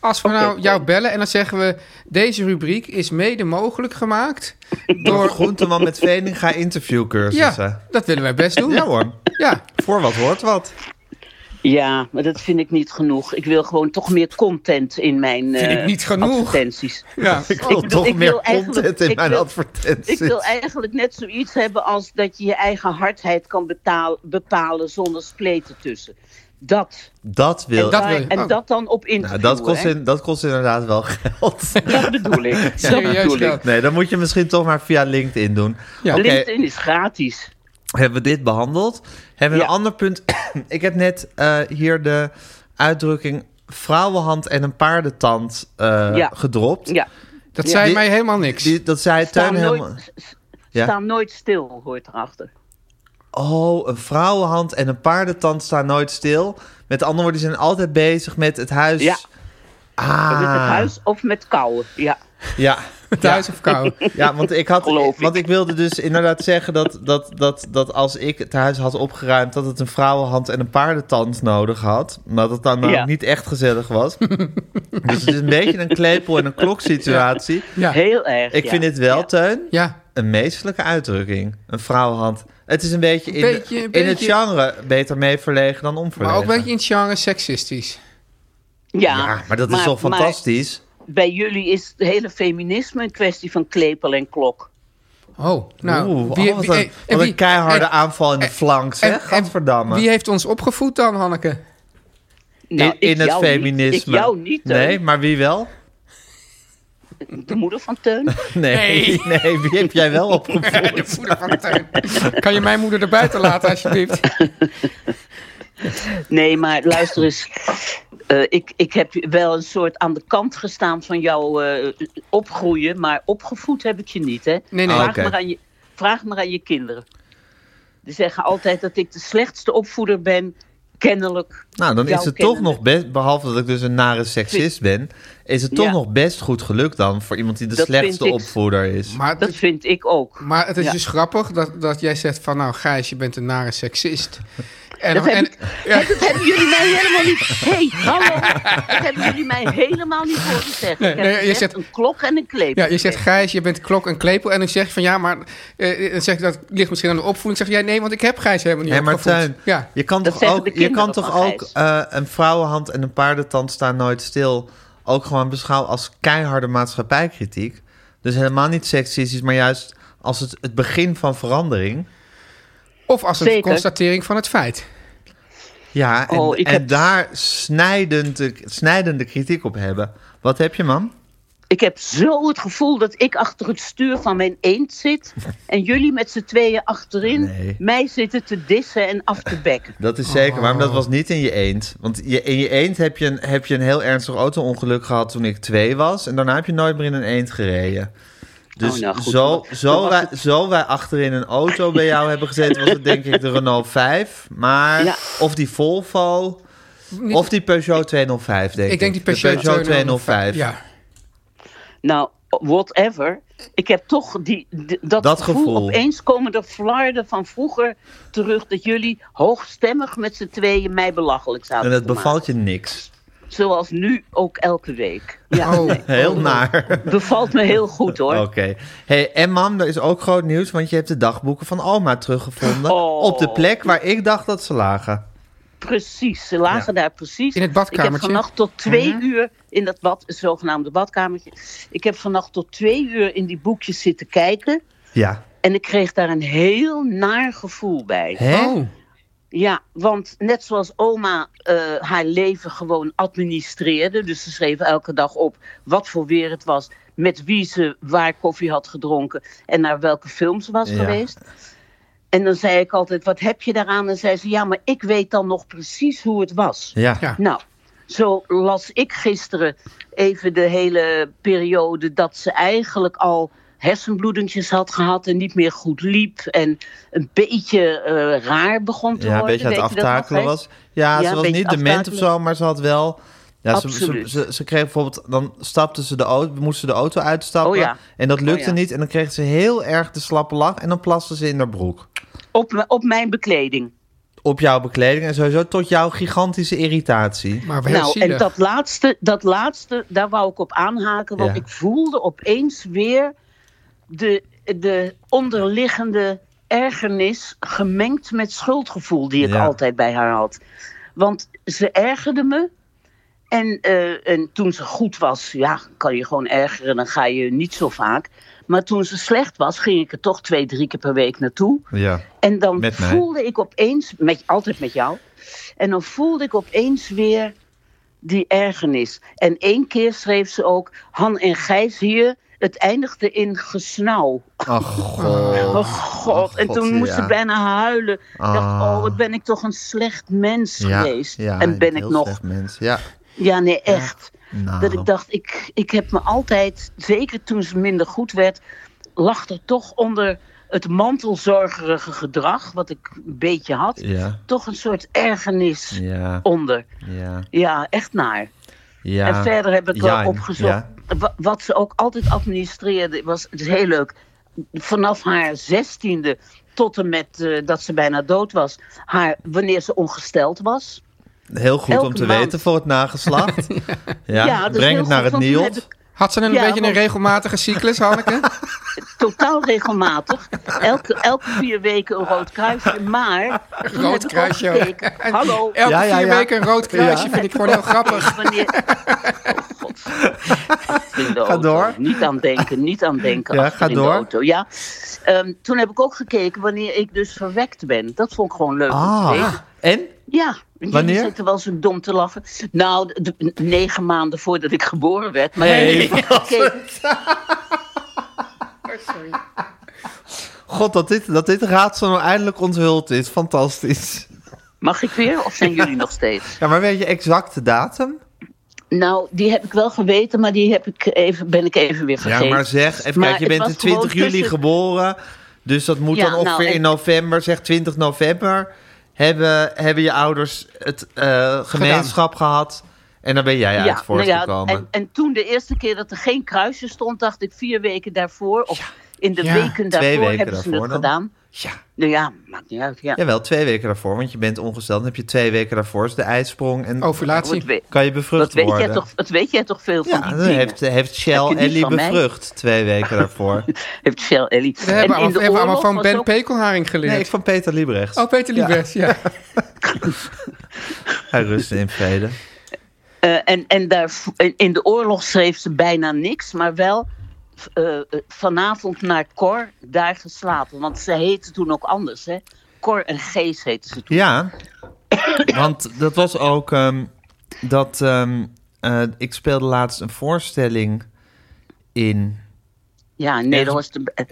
Als we nou jou bellen en dan zeggen we... deze rubriek is mede mogelijk gemaakt
Door
door...
Groenteman met Vening ga interviewcursussen.
Ja, dat willen wij best doen.
Ja hoor,
Ja,
voor wat hoort wat.
Ja, maar dat vind ik niet genoeg. Ik wil gewoon toch meer content in mijn eh
Vind ik niet genoeg.
advertenties.
ja.
Ik
Ik
wil
bedoel,
toch
ik
meer
wil eigenlijk-
content in
ik
mijn
wil-
advertenties.
Ik wil eigenlijk net zoiets hebben als dat je je eigen hardheid kan betaal- bepalen zonder spleten tussen. Dat.
Dat wil
en
dat
daar-
wil je.
en
Oh.
dat dan op interview.
Nou, dat, kost
hè?
in- dat kost inderdaad wel geld.
Dat bedoel ik. Dat
Serieus
bedoel ik.
geld.
Nee, dan moet je misschien toch maar via LinkedIn doen.
Ja.
Oké,
LinkedIn is gratis.
hebben we dit behandeld? Hebben we
Ja.
een ander punt? Ik heb net eh, hier de uitdrukking vrouwenhand en een paardentand eh,
Ja.
gedropt.
Ja.
Dat zei
Die-
mij helemaal niks.
Die, dat zei Teun
Staan
helemaal...
nooit, s-
Ja?
staan nooit stil, hoort erachter.
Oh, een vrouwenhand en een paardentand staan nooit stil. Met andere woorden, die zijn altijd bezig met het huis.
Ja.
Ah.
Met het huis of met kouwen. Ja.
Ja.
Thuis of kou.
Ja, want ik had,
Geloof ik.
want ik wilde dus inderdaad zeggen dat, dat, dat, dat als ik het huis had opgeruimd, dat het een vrouwenhand en een paardentand nodig had. Maar dat het dan nou
Ja.
niet echt gezellig was. dus het is een beetje een klepel en een kloksituatie.
Ja.
Heel erg.
Ik
ja.
vind dit wel,
Ja.
Teun,
Ja.
een meestelijke uitdrukking. Een vrouwenhand. Het is een beetje in,
Beetje-
in
beetje-
het genre beter mee verlegen dan
Maar
omverlegen.
ook een beetje in het genre seksistisch.
Ja,
Ja, maar dat is toch fantastisch?
maar bij jullie is het hele feminisme een kwestie van klepel en klok.
Oh, nou.
Oeh,
wie-
oh, wat
wie-
een,
en
wat een
wie-
keiharde
en-
aanval in de flank,
en-
zeg.
en
Gadverdamme.
Wie heeft ons opgevoed dan, Hanneke?
Nou,
in in
ik
het
jou
feminisme.
Niet. Ik jou niet, Teun.
Nee, maar wie wel?
De moeder van Teun.
Nee, nee, wie heb jij wel opgevoed?
De moeder van Teun. Kan je mijn moeder erbuiten laten, alsjeblieft?
Nee, maar luister eens. Eh, ik, ik heb wel een soort aan de kant gestaan van jou eh, opgroeien, maar opgevoed heb ik je niet, hè?
Nee, nee.
Ah,
Vraag,
oké.
maar aan je, vraag maar aan je kinderen. Die zeggen altijd dat ik de slechtste opvoeder ben kennelijk.
Nou, dan
jou
is het toch
kennende.
nog best, behalve dat ik dus een nare seksist ben, is het toch
Ja.
nog best goed gelukt dan voor iemand die de
Dat vind
slechtste
ik.
opvoeder is.
Maar, het-
Dat vind ik ook.
dus- maar het is
Ja.
dus grappig dat, dat jij zegt van... Nou, Gijs, je bent een nare seksist. En,
Dat
en,
heb ik-
ja,
Dat hebben jullie mij helemaal niet. Hey, hallo. Dat hebben jullie mij helemaal niet voor te zeggen.
Nee,
ik heb
nee, je
gezegd
zegt-
een klok en een kleed.
ja, je zegt, Gijs, je bent klok en klepel. En ik zeg van, ja, maar... eh, dan zeg ik, dat ligt misschien aan de opvoeding. Zeg jij, nee, want ik heb Gijs helemaal niet
Hé, maar
opgevoed.
Tuin,
Ja.
je kan
Dat
toch
zeggen
ook,
de
je kan
kinderen
toch
van
ook eh, een vrouwenhand en een paardentand staan nooit stil ook gewoon beschouwen als keiharde maatschappijkritiek. Dus helemaal niet seksistisch, maar juist als het, het begin van verandering.
Of als een
Zeker.
constatering van het feit.
Ja, en,
Oh, ik
en
heb-
daar snijdende, snijdende kritiek op hebben. Wat heb je, man?
Ik heb zo het gevoel dat ik achter het stuur van mijn eend zit. En jullie met z'n tweeën achterin
Nee.
mij zitten te dissen en af te bekken.
Dat is zeker waar, maar
Oh.
dat was niet in je eend. Want je, in je eend heb je, een, heb je een heel ernstig auto-ongeluk gehad toen ik twee was. En daarna heb je nooit meer in een eend gereden. Dus
Oh, nou goed,
zo,
dan- dan
zo,
was
wij,
het-
zo wij achterin een auto bij jou hebben gezeten, was het denk ik de Renault 5. Maar,
Ja.
of die Volvo, of die Peugeot 205, denk ik.
Ik denk die
De
Peugeot,
205.
Ja.
Nou, whatever. Ik heb toch die, d- dat,
Dat
gevoel.
gevoel.
Opeens komen de flarden van vroeger terug. Dat jullie hoogstemmig met z'n tweeën mij belachelijk
En
zouden
dat
te
bevalt
maken.
je niks.
Zoals nu ook elke week. Ja,
Oh.
nee.
Heel naar.
Bevalt me heel goed hoor.
Oké. Hey, en mam, er is ook groot nieuws, want je hebt de dagboeken van oma teruggevonden.
Oh.
Op de plek waar ik dacht dat ze lagen.
Precies, ze lagen daar precies.
In het
Ik heb
badkamertje? Mhm.
vannacht tot twee uur in dat bad, zogenaamde badkamertje. Ik heb vannacht tot twee uur in die boekjes zitten kijken.
Ja.
En ik kreeg daar een heel naar gevoel bij.
Hè?
Oh.
Ja, want net zoals oma eh, haar leven gewoon administreerde. Dus ze schreef elke dag op wat voor weer het was. Met wie ze waar koffie had gedronken. En naar welke film ze was
Ja.
geweest. En dan zei ik altijd, wat heb je daaraan? En zei ze, ja, maar ik weet dan nog precies hoe het was.
Ja.
Ja.
Nou, zo las ik gisteren even de hele periode dat ze eigenlijk al hersenbloedentjes had gehad en niet meer goed liep en een beetje eh, raar begon te
Ja, een
worden.
beetje aan het
Weet je dat nog,
aftakelen
hè?
was. Ja,
Ja,
ze
een
was
beetje
niet dement of
aftakelen.
zo, maar ze had wel... Ja, ze, ze,
Absoluut.
ze, ze kreeg bijvoorbeeld... Dan stapte ze de auto, moest ze de auto uitstappen.
Oh ja.
En dat lukte
Oh ja.
niet. En dan kreeg ze heel erg de slappe lach. En dan plaste ze in haar broek.
Op, m- op mijn bekleding.
Op jouw bekleding. En sowieso tot jouw gigantische irritatie.
Maar wel
nou,
zielig.
en dat laatste, dat laatste, daar wou ik op aanhaken, want
Ja.
ik voelde opeens weer de, de onderliggende ergernis gemengd met schuldgevoel die ik
Ja.
altijd bij haar had. Want ze ergerde me. En, eh, en toen ze goed was, ja, kan je gewoon ergeren, dan ga je niet zo vaak. Maar toen ze slecht was, ging ik er toch twee, drie keer per week naartoe.
Ja.
En dan
Met mij.
voelde ik opeens, met, altijd met jou, en dan voelde ik opeens weer die ergernis. En één keer schreef ze ook, Han en Gijs hier, het eindigde in gesnauw.
Ach, god.
Oh, god. En
God,
toen moest
ja.
ze bijna huilen. Ik dacht,
Ah.
oh, wat ben ik toch een slecht mens
Ja,
geweest.
ja,
en ben
heel
ik nog.
slecht mens. Ja.
Ja, nee, echt.
Nou.
Dat ik dacht, ik, ik heb me altijd, zeker toen ze minder goed werd, lag er toch onder het mantelzorgerige gedrag, wat ik een beetje had,
Ja.
toch een soort ergernis
Ja.
onder.
Ja.
Ja, echt naar.
Ja.
En verder heb ik
Ja,
wel opgezocht.
ja.
Wa- Wat ze ook altijd administreerde, was het is heel leuk. Vanaf haar zestiende tot en met eh, dat ze bijna dood was, haar, wanneer ze ongesteld was.
Heel goed
Elke
om te
maand.
weten voor het nageslacht. ja.
dat is
Breng
heel
het naar
goed,
het
want toen
NIOD.
heb ik-
Had ze een
Ja,
beetje een
want-
regelmatige cyclus, Hanneke?
totaal regelmatig. Elke, elke vier weken een rood kruisje. Maar. toen
Rood
heb ik
kruisje
ook
ook.
gekeken, Hallo.
Elke
Ja, ja,
vier
ja.
weken een rood kruisje vind ik gewoon heel grappig.
Wanneer... Oh, God. Achter in de auto.
door.
Niet aan denken, niet aan denken.
Ja,
achter
ga
in de
door.
auto. Ja. Ehm, toen heb ik ook gekeken wanneer ik dus verwekt ben. Dat vond ik gewoon leuk. om te weten.
Ah. En?
Ja, jullie
Wanneer?
zitten wel zo dom te lachen. Nou, de- de- negen maanden voordat ik geboren werd. Maar
Nee,
Oké,
God, dat dit, dat dit raadsel nou eindelijk onthuld is. Fantastisch.
mag ik weer? Of zijn jullie nog steeds?
Ja, maar weet je exact de datum?
Nou, die heb ik wel geweten, maar die heb ik even, ben ik even weer vergeten.
Ja, maar zeg, even
Maar
kijken, je
het
bent
was
de 20
gewoon
juli
tussen-
geboren. Dus dat moet
Ja,
dan ongeveer
nou, en-
in november, zeg 20 november. hebben, hebben je ouders het eh, gemeenschap gehad. En dan ben jij uit
nou
voortgekomen.
ja, en, en toen de eerste keer dat er geen kruisje stond, dacht ik vier weken daarvoor. Of in de
Ja,
weken daarvoor
weken
hebben ze
daarvoor
het
dan.
gedaan.
ja.
Nou ja, maakt niet uit. Ja.
Jawel, twee weken daarvoor, want je bent ongesteld. Dan heb je twee weken daarvoor is de ijsprong en
Oh,
dat,
Ovulatie.
weet,
kan je bevrucht
dat, weet
worden.
jij toch, dat weet jij toch veel
ja,
van die
dat
dingen.
heeft, eh, heeft
Heb
Shell
je niet
Ellie
van mij?
bevrucht twee weken daarvoor.
Heeft Shell Ellie.
We hebben,
en in
al,
de
we hebben allemaal
oorlog
van
was
Ben
ook-
Pekelharing geleerd.
Nee, ik van Peter Liebrechts.
Oh, Peter Liebes, ja.
Hij rustte in vrede.
Eh, en, en daar, en in de oorlog schreef ze bijna niks, maar wel eh, eh, vanavond naar Cor daar geslapen. Want ze heette toen ook anders, hè? Cor en Gees heette ze toen.
Ja, want dat was ook ehm, dat ehm, eh, ik speelde laatst een voorstelling in.
Ja, in Nederland was de, eh,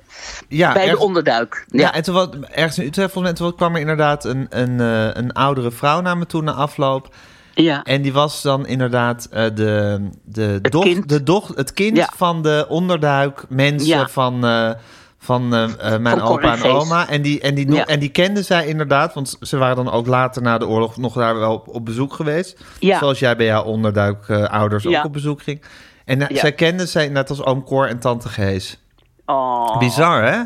Ja,
bij de
ergens-
onderduik.
Ja,
Ja,
en toen was ergens in Utrecht volgens mij, toen kwam er inderdaad een, een, eh, een oudere vrouw naar me toe na afloop.
ja.
En die was dan inderdaad eh, de, de,
Het
doch-
kind.
de doch- het kind
Ja.
van de onderduik mensen
Ja.
van, eh, van eh, eh, mijn
Van Cor
opa
en
en
Gees.
oma. En die, en, die, no-
Ja.
en die kenden zij inderdaad, want ze waren dan ook later na de oorlog nog daar wel op, op bezoek geweest.
Ja.
Zoals jij bij jouw onderduikouders ouders
Ja.
ook op bezoek ging. En eh,
Ja.
zij kenden zij inderdaad als oom Cor en tante Gees.
Oh,
Bizar, hè?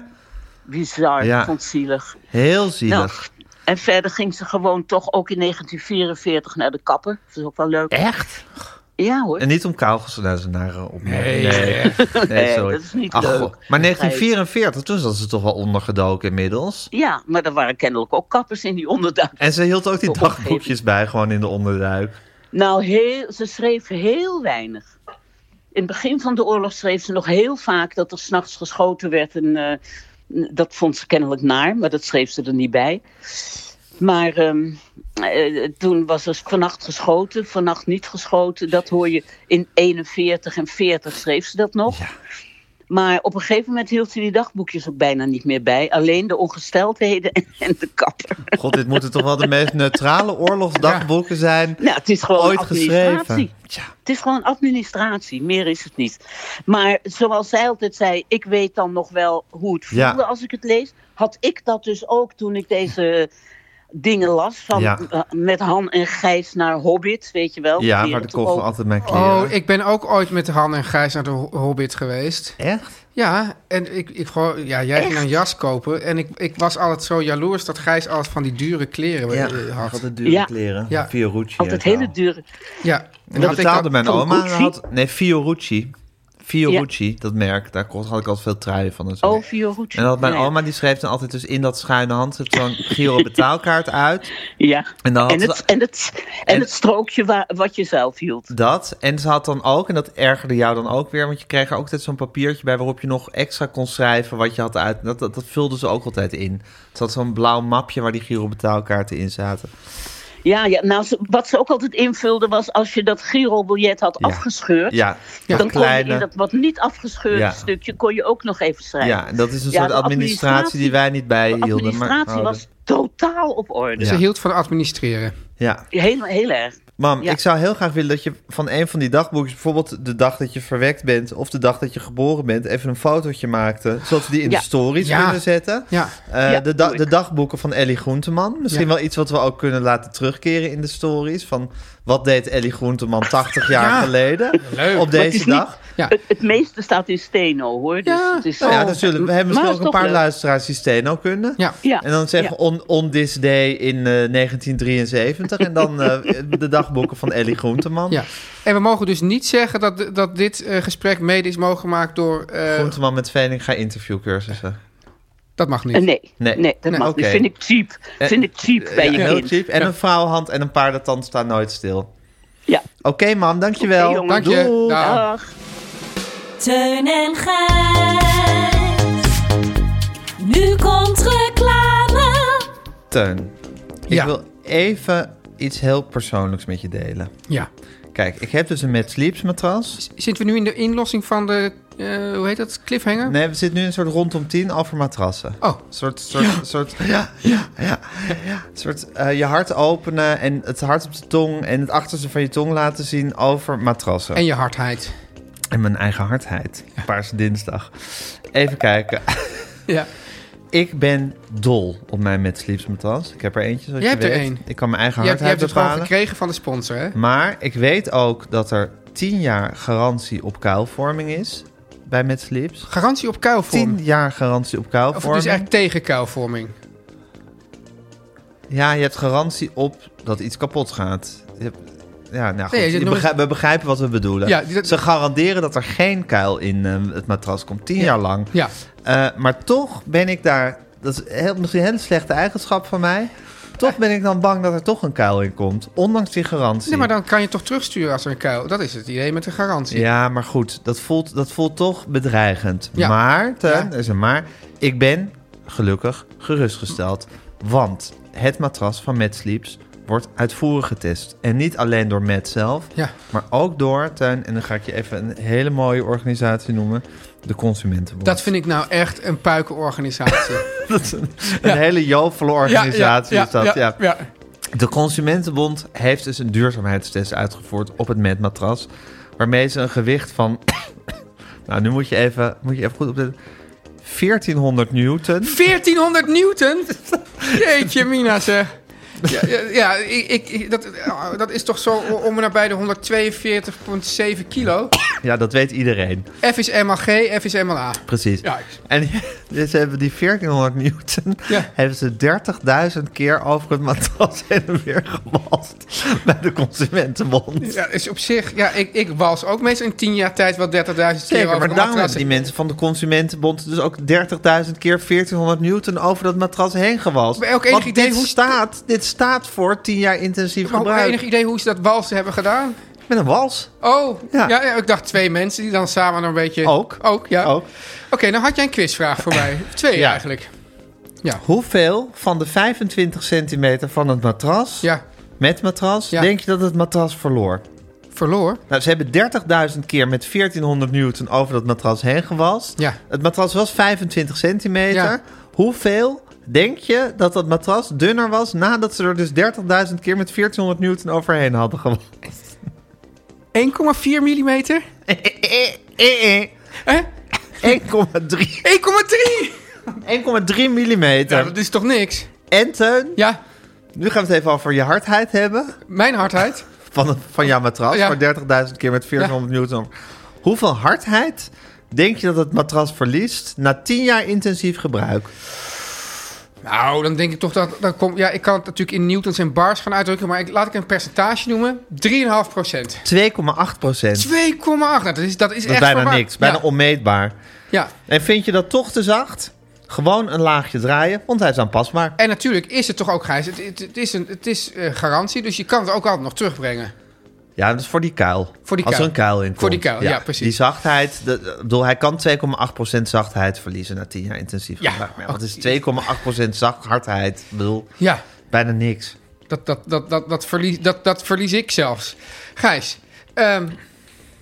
bizar.
Ja.
Ik vond het zielig.
Heel
Nou,
zielig.
en verder ging ze gewoon toch ook in 1944 naar de kapper. Dat is ook wel leuk.
Echt?
Ja hoor.
En niet om Kauwels naar eh, zijn nare opmerking.
Nee.
Nee, Eh, dat is niet leuk.
goh. Maar 1944, toen zat ze toch wel ondergedoken inmiddels.
Ja, maar er waren kennelijk ook kappers in die onderduik.
En ze hield ook die
Op een gegeven
dagboekjes bij, gewoon in de onderduik.
Nou, heel, ze schreef heel weinig. In het begin van de oorlog schreef ze nog heel vaak dat er s'nachts geschoten werd. En, eh, n- dat vond ze kennelijk naar, maar dat schreef ze er niet bij. Maar ehm, eh, toen was er vannacht geschoten, vannacht niet geschoten. Dat hoor je in 41 en 40 schreef ze dat nog. Maar op een gegeven moment hield ze die dagboekjes ook bijna niet meer bij. Alleen de ongesteldheden en de kapper.
God, dit moeten toch wel de meest neutrale oorlogsdagboeken zijn.
Nou, het is gewoon
Ooit
administratie.
geschreven.
Het is gewoon administratie, meer is het niet. Maar zoals zij altijd zei, ik weet dan nog wel hoe het voelde
Ja.
als ik het lees. Had ik dat dus ook toen ik deze dingen las van
Ja.
eh, met Han en Gijs naar Hobbit, weet je wel?
Ja, maar
Wereld
de kocht
ook.
altijd mijn kleren.
Oh, ik ben ook ooit met Han en Gijs naar de Ho- Hobbit geweest.
Echt?
Ja, en ik, ik gewoon, ja, jij ging een jas kopen. En ik, ik was altijd zo jaloers dat Gijs altijd van die dure kleren eh, had.
altijd dure
Ja.
kleren.
Ja.
Fiorucci.
Altijd
en zo.
hele dure.
Ja,
En dat
had ik
betaalde
ook-
mijn
van
oma.
Gucci?
Had, nee, Fiorucci. Fiorucci, dat merk. Daar kocht- had ik altijd veel truien van. En zo.
Oh, Fiorucci.
En dan had mijn
Nou ja.
oma, die schreef dan altijd dus in dat schuine handschrift zo'n Giro betaalkaart uit.
Ja.
En dan had
En
ze-
het, en, het, en,
en-
het strookje wa- wat je zelf hield.
Dat. En ze had dan ook, en dat ergerde jou dan ook weer, want je kreeg er ook altijd zo'n papiertje bij waarop je nog extra kon schrijven wat je had uit. Dat, dat, dat vulde ze ook altijd in. Het had zo'n blauw mapje waar die Giro betaalkaarten in zaten.
Ja, ja nou, ze- wat ze ook altijd invulden was als je dat Giro-biljet had
Ja.
afgescheurd.
Ja, dat
dan kon je in
kleine.
dat wat niet afgescheurde
Ja.
stukje kon je ook nog even schrijven.
Ja, en dat is een
Ja,
soort
de
administratie,
administratie-
die wij niet
de
bijhielden. maar Oh,
administratie
houden.
was totaal op orde.
Ze
Ja.
hield van administreren.
Ja.
Heel, heel erg.
Mam,
Ja.
ik zou heel graag willen dat je van een van die dagboekjes, bijvoorbeeld de dag dat je verwekt bent of de dag dat je geboren bent, even een fotootje maakte, zodat we die in
Ja.
de stories
Ja.
kunnen zetten.
Ja.
Eh,
Ja,
de, da-
doe ik.
de dagboeken van Ellie Groenteman. Misschien
Ja.
wel iets wat we ook kunnen laten terugkeren in de stories. Van wat deed Ellie Groenteman 80 jaar
Ja.
geleden
Leuk.
op
het
deze
is niet-
dag?
Ja.
Het, het meeste staat in steno, hoor. Dus
Ja,
het is
Nou ja,
Oh.
dan zullen we, we
Maar
hebben misschien
is
ook een
toch
paar
leuk.
luisteraars die Steno kunnen.
Ja.
Ja.
En dan zeggen on, on this day in eh, 1973. en dan eh, de dagboeken van Ellie Groenteman.
Ja. En we mogen dus niet zeggen dat, dat dit eh, gesprek mede is mogelijk gemaakt door... eh,
Groenteman met Veninga interviewcursussen.
dat mag
Ja.
niet.
Nee,
Nee.
nee, dat
Nee,
mag
oké.
niet. Vind ik cheap.
Eh,
Vind ik cheap bij
Ja,
je
heel
kind.
cheap. En
Ja.
een vrouwenhand en een paardentand staan nooit stil.
Ja.
Oké, mam, dankjewel.
Oké, jongen.
Dank je.
Doei.
Dag.
Dag.
Teun en Gijs. Nu komt reclame.
Teun, ik
Ja.
wil even iets heel persoonlijks met je delen.
Ja.
Kijk, ik heb dus een Mad Sleeps matras.
Zitten we nu in de inlossing van de, eh, hoe heet dat, cliffhanger?
Nee, we zitten nu in een soort rondom tien over matrassen.
Oh.
Een soort, soort, soort, ja, ja, ja, ja. Een soort eh, je hart openen en het hart op de tong en het achterste van je tong laten zien over matrassen.
En je hardheid.
En mijn eigen hardheid. Paarse dinsdag. Even kijken.
Ja.
Ik ben dol op mijn Mad Sleeps matras. Ik heb er eentje, zoals
Jij
je
hebt er
weet.
één.
Ik kan mijn eigen
Je hebt, je
hardheid
hebt het gewoon
bepalen.
gekregen van de sponsor, hè?
Maar ik weet ook dat er 10 jaar garantie op kuilvorming is bij Mad Sleeps.
Garantie op kuilvorming.
10 jaar garantie op
Of het is
kuilvorming.
eigenlijk tegen kuilvorming.
Ja, je hebt garantie op dat iets kapot gaat. Je hebt- Ja, nou goed,
Nee, je
je
hebt nog
begrijp- we begrijpen wat we bedoelen.
Ja, die- dat-
Ze garanderen dat er geen kuil in eh, het matras komt, 10 jaar lang.
Ja.
Eh, maar toch ben ik daar, dat is heel, misschien een hele slechte eigenschap van mij... toch ben ik dan bang dat er toch een kuil in komt, ondanks die garantie.
Nee, maar dan kan je toch terugsturen als er een kuil... Dat is het idee met de garantie.
Ja, maar goed, dat voelt, dat voelt toch bedreigend.
Ja.
Maar, ten,
Ja.
er is een maar, ik ben gelukkig gerustgesteld. Want het matras van Mad Sleeps wordt uitvoerig getest. En niet alleen door Matt zelf,
Ja.
maar ook door, ten, en dan ga ik je even een hele mooie organisatie noemen, de Consumentenbond.
Dat vind ik nou echt een puikenorganisatie.
Dat is een, een hele jovele organisatie is dat, ja.
ja.
De Consumentenbond heeft dus een duurzaamheidstest uitgevoerd op het MET-matras. Waarmee ze een gewicht van. nou, nu moet je even, moet je even goed opletten. 1400 newton.
1400 newton? Jeetje, Mina zeg. Ja, ja, ja, ik, ik, dat, oh, dat is toch zo om en nabij de 142,7 kilo.
Ja, dat weet iedereen.
F is MAG, F is MLA.
Precies.
Ja, ik-
En dus hebben die 1400 newton.
Ja.
Hebben ze 30.000 keer over het matras heen en weer gewalst. Bij de Consumentenbond.
ja, is op zich, ja, ik, ik was ook meestal in 10 jaar tijd wel 30.000 keer
Zeker,
over de
maar daarom
matras.
hebben die mensen van de Consumentenbond dus ook 30.000 keer 1400 newton over dat matras heen gewalst.
Maar elk enig
Want
idee
dit,
hoe-
staat, dit staat voor 10 jaar intensief
Maar ook
gebruik.
enig idee hoe ze dat walsen hebben gedaan?
Met een wals
Oh, ja.
Ja.
Ja, ik dacht twee mensen die dan samen een beetje...
ook.
Ook, ja.
Ook.
Oké, dan had jij een quizvraag voor mij. Twee
Ja.
eigenlijk. Ja,
Hoeveel van de 25 centimeter van het matras,
ja.
met matras,
Ja.
denk je dat het matras verloor?
Verloor.
Nou, ze hebben 30.000 keer met 1400 newton over dat matras heen gewalst.
Ja.
Het matras was 25 centimeter.
Ja.
Hoeveel denk je dat dat matras dunner was nadat ze er dus 30.000 keer met 1400 newton overheen hadden gewalst?
1,4 millimeter?
Eh, eh, eh, eh,
Hè?
eh. 1,3
1,3!
1,3 millimeter.
Ja, Nou, dat is toch niks?
En Teun,
Ja,
nu gaan we het even over je hardheid hebben.
mijn hardheid.
Van, van jouw matras,
Ja.
voor 30.000 keer met 1400 newton. Hoeveel hardheid denk je dat het matras verliest na 10 jaar intensief gebruik?
Nou, dan denk ik toch dat... dat kom, ja, ik kan het natuurlijk in newtons en bars gaan uitdrukken... maar ik, laat ik een percentage noemen. 3,5 procent. 2,8.
2,8 procent. Dat
Nou, dat is, dat is
is
echt
bijna
verwaar-
niks, bijna
ja.
onmeetbaar.
ja.
En vind je dat toch te zacht? Gewoon een laagje draaien, want hij is aanpasbaar.
En natuurlijk is het toch ook, Gijs, het, het, het is, een, het is eh, garantie... dus je kan het ook altijd nog terugbrengen.
Ja, dat is voor die kuil.
Voor die
Als er
kuil.
een kuil in
Voor
komt.
die kuil, ja, precies.
Die zachtheid, de- ik bedoel, hij kan 2,8% zachtheid verliezen na 10 jaar intensief
Ja. Oh,
gebruik. Maar wat is 2,8% zacht hardheid? Ik bedoel,
Ja,
bijna niks.
dat, dat, dat, dat, dat, verlies, dat, dat verlies ik zelfs. Gijs, ehm,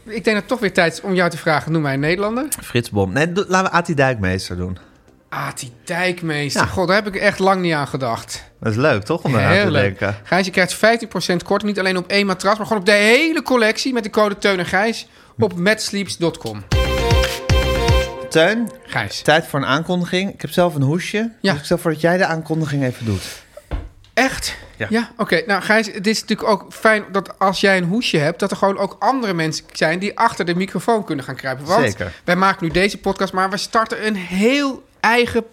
ik denk dat het toch weer tijd is om jou te vragen... noem mij een Nederlander.
Frits Bom. Nee, do- laten we Ati Dijkmeester doen.
Ati Ah, Dijkmeester.
Ja.
God, daar heb ik echt lang niet aan gedacht.
Dat is leuk, toch? Om eraan
Heel
te
leuk.
denken.
Gijs, je krijgt 15% korting. Niet alleen op één matras, maar gewoon op de hele collectie. Met de code Teun en Gijs op
Hm.
matsleeps.com.
Teun,
Gijs.
tijd voor een aankondiging. Ik heb zelf een hoesje.
Ja.
Dus ik stel voor dat jij de aankondiging even doet.
Echt? Ja.
Ja.
oké. Nou, Gijs, het is natuurlijk ook fijn dat als jij een hoesje hebt... dat er gewoon ook andere mensen zijn die achter de microfoon kunnen gaan kruipen. Want
Zeker.
wij maken nu deze podcast, maar we starten een heel eigen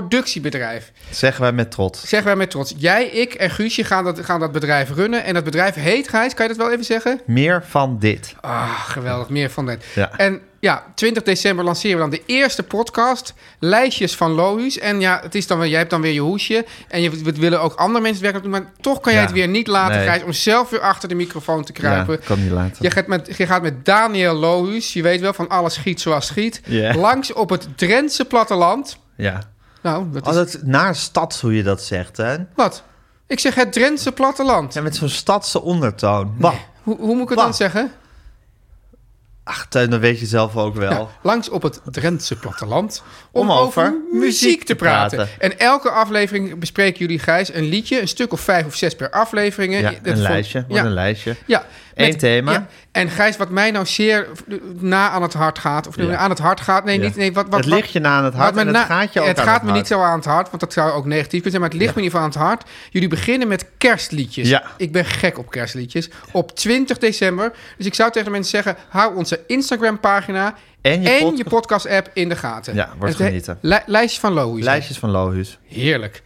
podcast-productiebedrijf.
Dat zeggen wij met trots.
Zeggen wij met trots. Jij, ik en Guusje gaan dat, gaan dat bedrijf runnen. En dat bedrijf heet, Gijs, kan je dat wel even zeggen?
Meer van dit.
Ah, geweldig. Meer van dit.
Ja.
En ja, 20 december lanceren we dan de eerste podcast. Lijstjes van Lohuus. En ja, het is dan wel, jij hebt dan weer je hoesje. En je, we willen ook andere mensen het werk doen. Maar toch kan jij
Ja.
het weer niet laten,
Nee.
Gijs, om zelf weer achter de microfoon te kruipen.
Ja, kan niet laten.
Je gaat, met, je gaat met Daniel Lohuus, je weet wel, van alles schiet zoals schiet.
Ja.
Langs op het Drentse platteland.
Ja.
Nou, dat is...
Oh, dat, naar stads, hoe je dat zegt, hè?
Wat? Ik zeg het Drentse platteland.
Ja, met zo'n stadse ondertoon. Bah.
Hoe, hoe moet ik het
Wat?
dan zeggen?
Ach, Teun, dat weet je zelf ook wel.
langs op het Drentse platteland om,
Om
over,
over
muziek te praten.
praten.
En elke aflevering bespreken jullie, Gijs, een liedje, een stuk of vijf of zes per afleveringen.
Ja,
Dat
een
vond-
lijstje. Wordt
Ja.
een lijstje.
Ja.
Eén thema.
En Gijs, wat mij nou zeer na aan het hart gaat, of aan het hart gaat, nee,
Ja.
niet, nee, wat, wat,
Het
wat-
ligt je na aan het hart
wat me
en het
na-
gaat je ook
Het
aan
gaat
het
me
hart.
niet zo aan het hart, want dat zou ook negatief kunnen zijn, maar het ligt me in ieder geval aan het hart. Jullie beginnen met kerstliedjes.
Ja.
Ik ben gek op kerstliedjes. Op 20 december, dus ik zou tegen de mensen zeggen, hou onze Instagram-pagina
En je podcast-
podcast-app in de gaten.
Ja, wordt
En het he-
genieten.
Li- lijstje van Louis.
Lijstjes van Lohuus.
Heerlijk.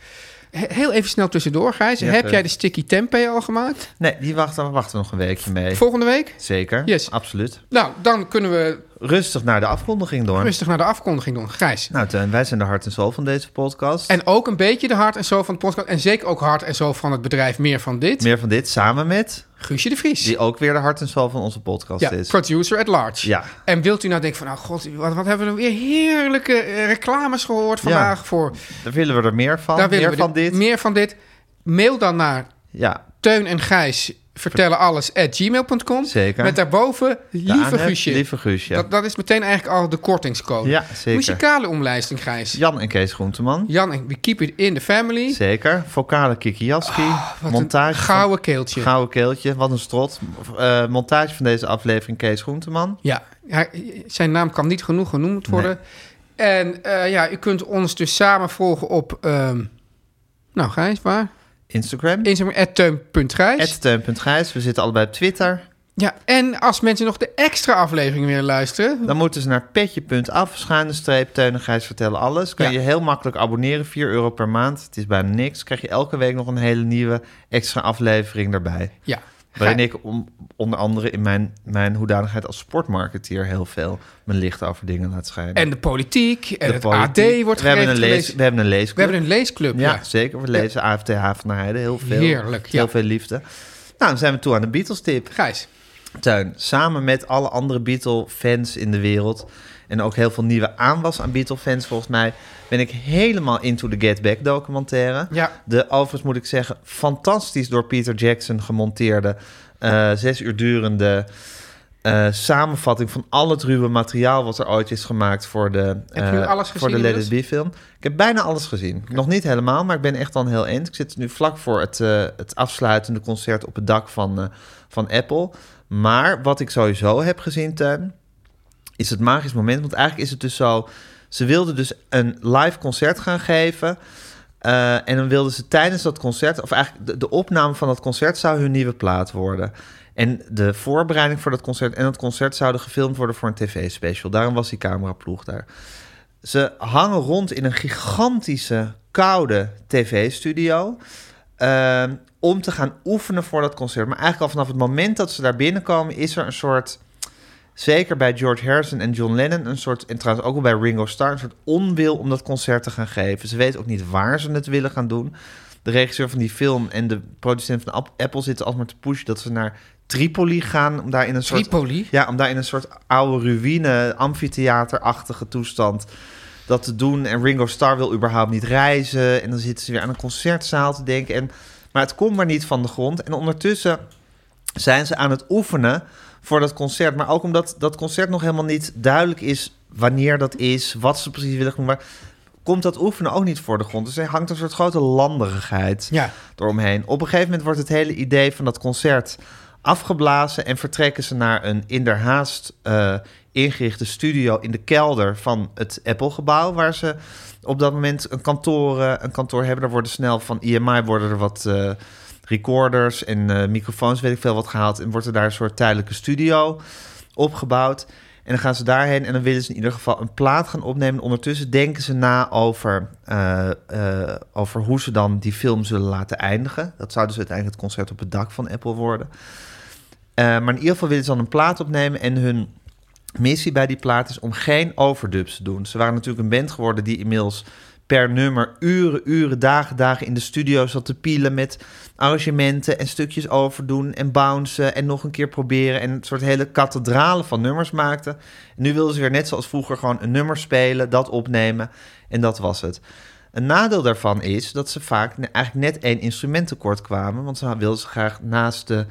He- Heel even snel tussendoor, Gijs.
Ja,
Heb
eh.
jij de sticky tempeh al gemaakt?
Nee, die wachten, we wachten nog een weekje mee.
Volgende week?
Zeker.
Yes.
Absoluut.
Nou, dan kunnen we
Rustig naar de afkondiging door.
rustig naar de afkondiging doen. Gijs.
Nou, Teun, wij zijn de hart en ziel van deze podcast.
En ook een beetje de hart en zo van het podcast. En zeker ook hart en zo van het bedrijf Meer van Dit.
Meer van dit samen met,
Guusje de Vries.
die ook weer de hart en ziel van onze podcast
ja,
is.
producer at large.
Ja.
En wilt u nou denken van, nou god, wat, wat hebben we nou weer heerlijke eh, reclames gehoord vandaag voor...
Daar willen we er meer van.
Daar willen
meer
we
van dit.
Meer van dit. Mail dan naar
Ja,
Teun en Gijs vertellen alles at gmail.com.
Zeker.
Met daarboven
de
lieve
aanhef,
Guusje.
Lieve Guusje.
Dat, dat is meteen eigenlijk al de kortingscode.
Ja, zeker.
Muzikale omlijsting, Gijs.
Jan en Kees Groenteman.
Jan en we keep it in the family.
Zeker. Vocale Kiki Jaski.
Ah, Wat
montage.
een
van-
gouden keeltje.
Gouden keeltje. Wat een strot. Eh, montage van deze aflevering Kees Groenteman.
Ja, hij- zijn naam kan niet genoeg genoemd worden. En eh, ja, u kunt ons dus samen volgen op... ehm, nou, Gijs, waar?
Instagram.
Instagram, teun.gijs.
Teun.grijs. We zitten allebei op Twitter.
Ja, en als mensen nog de extra aflevering willen luisteren...
Dan moeten ze naar petje.af, schuine streep, Teun en Gijs vertellen alles. Kun
Ja.
je heel makkelijk abonneren, 4 euro per maand. Het is bijna niks. Krijg je elke week nog een hele nieuwe extra aflevering erbij.
Ja,
Waarin ik om, onder andere in mijn, mijn hoedanigheid als sportmarketeer heel veel mijn licht over dingen laat schijnen.
en de politiek en
De
het
politiek.
AD wordt
we hebben, een lees,
gelezen.
we hebben een leesclub.
We hebben een leesclub,
ja,
ja.
zeker. We lezen AFT Haven naar Heide. Heel veel.
Heerlijk,
Heel
ja.
veel liefde. Nou, dan zijn we toe aan de Beatles-tip.
Gijs,
Tuin, samen met alle andere Beatle-fans in de wereld... en ook heel veel nieuwe aanwas aan Beatle-fans volgens mij... ben ik helemaal into the Get Back documentaire.
Ja.
De overigens moet ik zeggen, fantastisch door Peter Jackson gemonteerde... eh, zes uur durende eh, samenvatting van al het ruwe materiaal... wat er ooit is gemaakt voor de,
Heb je
eh,
alles
voor de
gezien
Let
inmiddels?
It Be film. Ik heb bijna alles gezien. Nog niet helemaal, maar ik ben echt al een heel eind. Ik zit nu vlak voor het, eh, het afsluitende concert op het dak van, eh, van Apple. Maar wat ik sowieso heb gezien, Teun, is het magisch moment. Want eigenlijk is het dus zo... Ze wilden dus een live concert gaan geven... eh, en dan wilden ze tijdens dat concert, of eigenlijk de, de opname van dat concert zou hun nieuwe plaat worden. En de voorbereiding voor dat concert en dat concert zouden gefilmd worden voor een tv-special. Daarom was die cameraploeg daar. Ze hangen rond in een gigantische, koude tv-studio. ehm, om te gaan oefenen voor dat concert. Maar eigenlijk al vanaf het moment dat ze daar binnenkomen, is er een soort. Zeker bij George Harrison en John Lennon, een soort. En trouwens ook wel bij Ringo Starr, een soort onwil om dat concert te gaan geven. Ze weten ook niet waar ze het willen gaan doen. De regisseur van die film en de producent van App- Apple zitten alsmaar te pushen dat ze naar Tripoli gaan. Om daar in een soort
Tripoli.
ja, om daar in een soort oude ruïne, amfitheaterachtige toestand dat te doen. En Ringo Starr wil überhaupt niet reizen. En dan zitten ze weer aan een concertzaal te denken. En, maar het komt maar niet van de grond. En ondertussen zijn ze aan het oefenen voor dat concert. Maar ook omdat dat concert nog helemaal niet duidelijk is wanneer dat is, wat ze precies willen doen. Maar komt dat oefenen ook niet voor de grond. Dus er hangt een soort grote landerigheid
Ja.
eromheen. Op een gegeven moment wordt het hele idee van dat concert afgeblazen en vertrekken ze naar een inderhaast eh, ingerichte studio in de kelder van het Apple-gebouw, waar ze op dat moment een kantoor, eh, een kantoor hebben. Daar worden snel van IMI worden er wat eh, recorders en eh, microfoons, weet ik veel wat gehaald, en wordt er daar een soort tijdelijke studio opgebouwd. En dan gaan ze daarheen en dan willen ze in ieder geval een plaat gaan opnemen. Ondertussen denken ze na over, eh, eh, over hoe ze dan die film zullen laten eindigen. Dat zou dus uiteindelijk het concert op het dak van Apple worden. Eh, maar in ieder geval willen ze dan een plaat opnemen en hun missie bij die plaat is om geen overdubs te doen. Ze waren natuurlijk een band geworden die inmiddels per nummer uren, uren, dagen, dagen in de studio zat te pielen met arrangementen en stukjes overdoen en bouncen en nog een keer proberen en een soort hele kathedralen van nummers maakten. En nu wilden ze weer net zoals vroeger gewoon een nummer spelen, dat opnemen en dat was het. Een nadeel daarvan is dat ze vaak ne- eigenlijk net één instrument tekort kwamen, want ze wilden ze graag naast de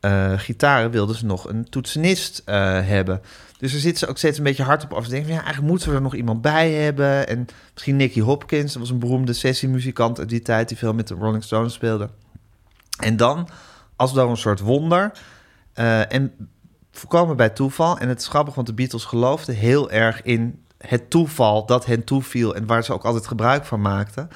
eh, gitaren wilden ze nog een toetsenist eh, hebben. Dus daar zit ze ook steeds een beetje hard op af te denken. Van, ja, eigenlijk moeten we er nog iemand bij hebben. En misschien Nicky Hopkins, dat was een beroemde sessiemuzikant uit die tijd, die veel met de Rolling Stones speelde. En dan, als dan een soort wonder. eh, en voorkomen bij toeval. En het is grappig, want de Beatles geloofden heel erg in het toeval dat hen toeviel en waar ze ook altijd gebruik van maakten.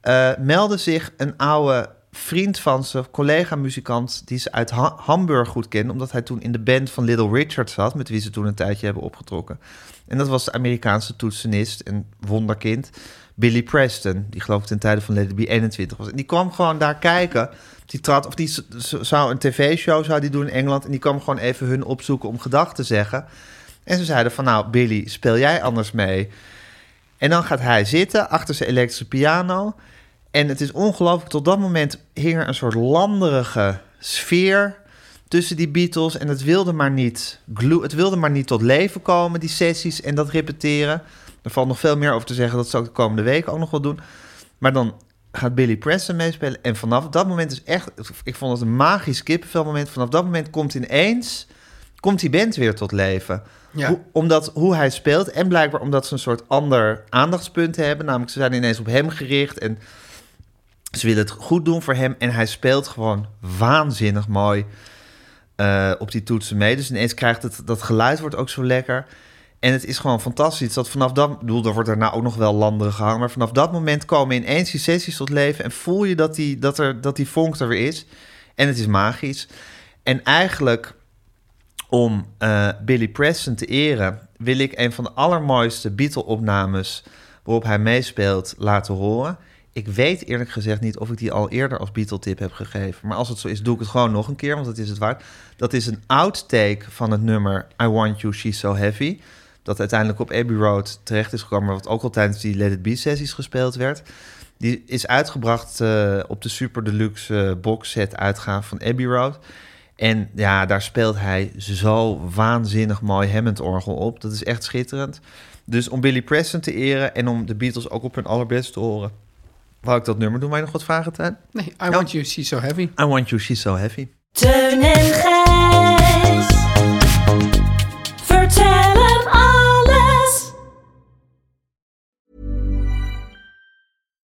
Eh meldde zich een oude vriend van ze, collega-muzikant, die ze uit Ha- Hamburg goed kende, omdat hij toen in de band van Little Richard zat, met wie ze toen een tijdje hebben opgetrokken. En dat was de Amerikaanse toetsenist en wonderkind Billy Preston, die geloof ik ten tijde van Lady B 21 was. En die kwam gewoon daar kijken. Die trad, of die z- z- zou een tv-show zou die doen in Engeland, en die kwam gewoon even hun opzoeken om gedachten te zeggen. En ze zeiden van, nou Billy, speel jij anders mee? En dan gaat hij zitten achter zijn elektrische piano. En het is ongelooflijk, tot dat moment hing er een soort landerige sfeer tussen die Beatles. En het wilde maar niet, glo- het wilde maar niet tot leven komen, die sessies en dat repeteren. Er valt nog veel meer over te zeggen, dat zou ik de komende weken ook nog wel doen. Maar dan gaat Billy Preston meespelen. En vanaf dat moment is echt, ik vond het een magisch kippenvelmoment. Vanaf dat moment komt ineens, komt die band weer tot leven.
Ja.
Hoe, omdat hoe hij speelt en blijkbaar omdat ze een soort ander aandachtspunt hebben. Namelijk, ze zijn ineens op hem gericht en ze willen het goed doen voor hem. En hij speelt gewoon waanzinnig mooi eh, op die toetsen mee. Dus ineens krijgt het, dat geluid wordt ook zo lekker. En het is gewoon fantastisch dat vanaf dat... Ik bedoel, er wordt daarna ook nog wel landeren gehangen. Maar vanaf dat moment komen ineens die sessies tot leven... en voel je dat die, dat er, dat die vonk er weer is. En het is magisch. En eigenlijk om eh, Billy Preston te eren, wil ik een van de allermooiste Beatle-opnames waarop hij meespeelt laten horen. Ik weet eerlijk gezegd niet of ik die al eerder als Beatle-tip heb gegeven. Maar als het zo is, doe ik het gewoon nog een keer, want dat is het waard. Dat is een outtake van het nummer I Want You, She's So Heavy. Dat uiteindelijk op Abbey Road terecht is gekomen, maar wat ook al tijdens die Let It Be-sessies gespeeld werd. Die is uitgebracht eh, op de Super Deluxe eh, box set uitgave van Abbey Road. En ja, daar speelt hij zo waanzinnig mooi Hammond-orgel op. Dat is echt schitterend. Dus om Billy Preston te eren en om de Beatles ook op hun allerbest te horen... wou ik dat nummer doen. Wij nog wat vragen, Tuin?
Nee, I want you, she's so heavy.
I Want You, She's So Heavy.
Teun en Gijs. Vertel hem alles.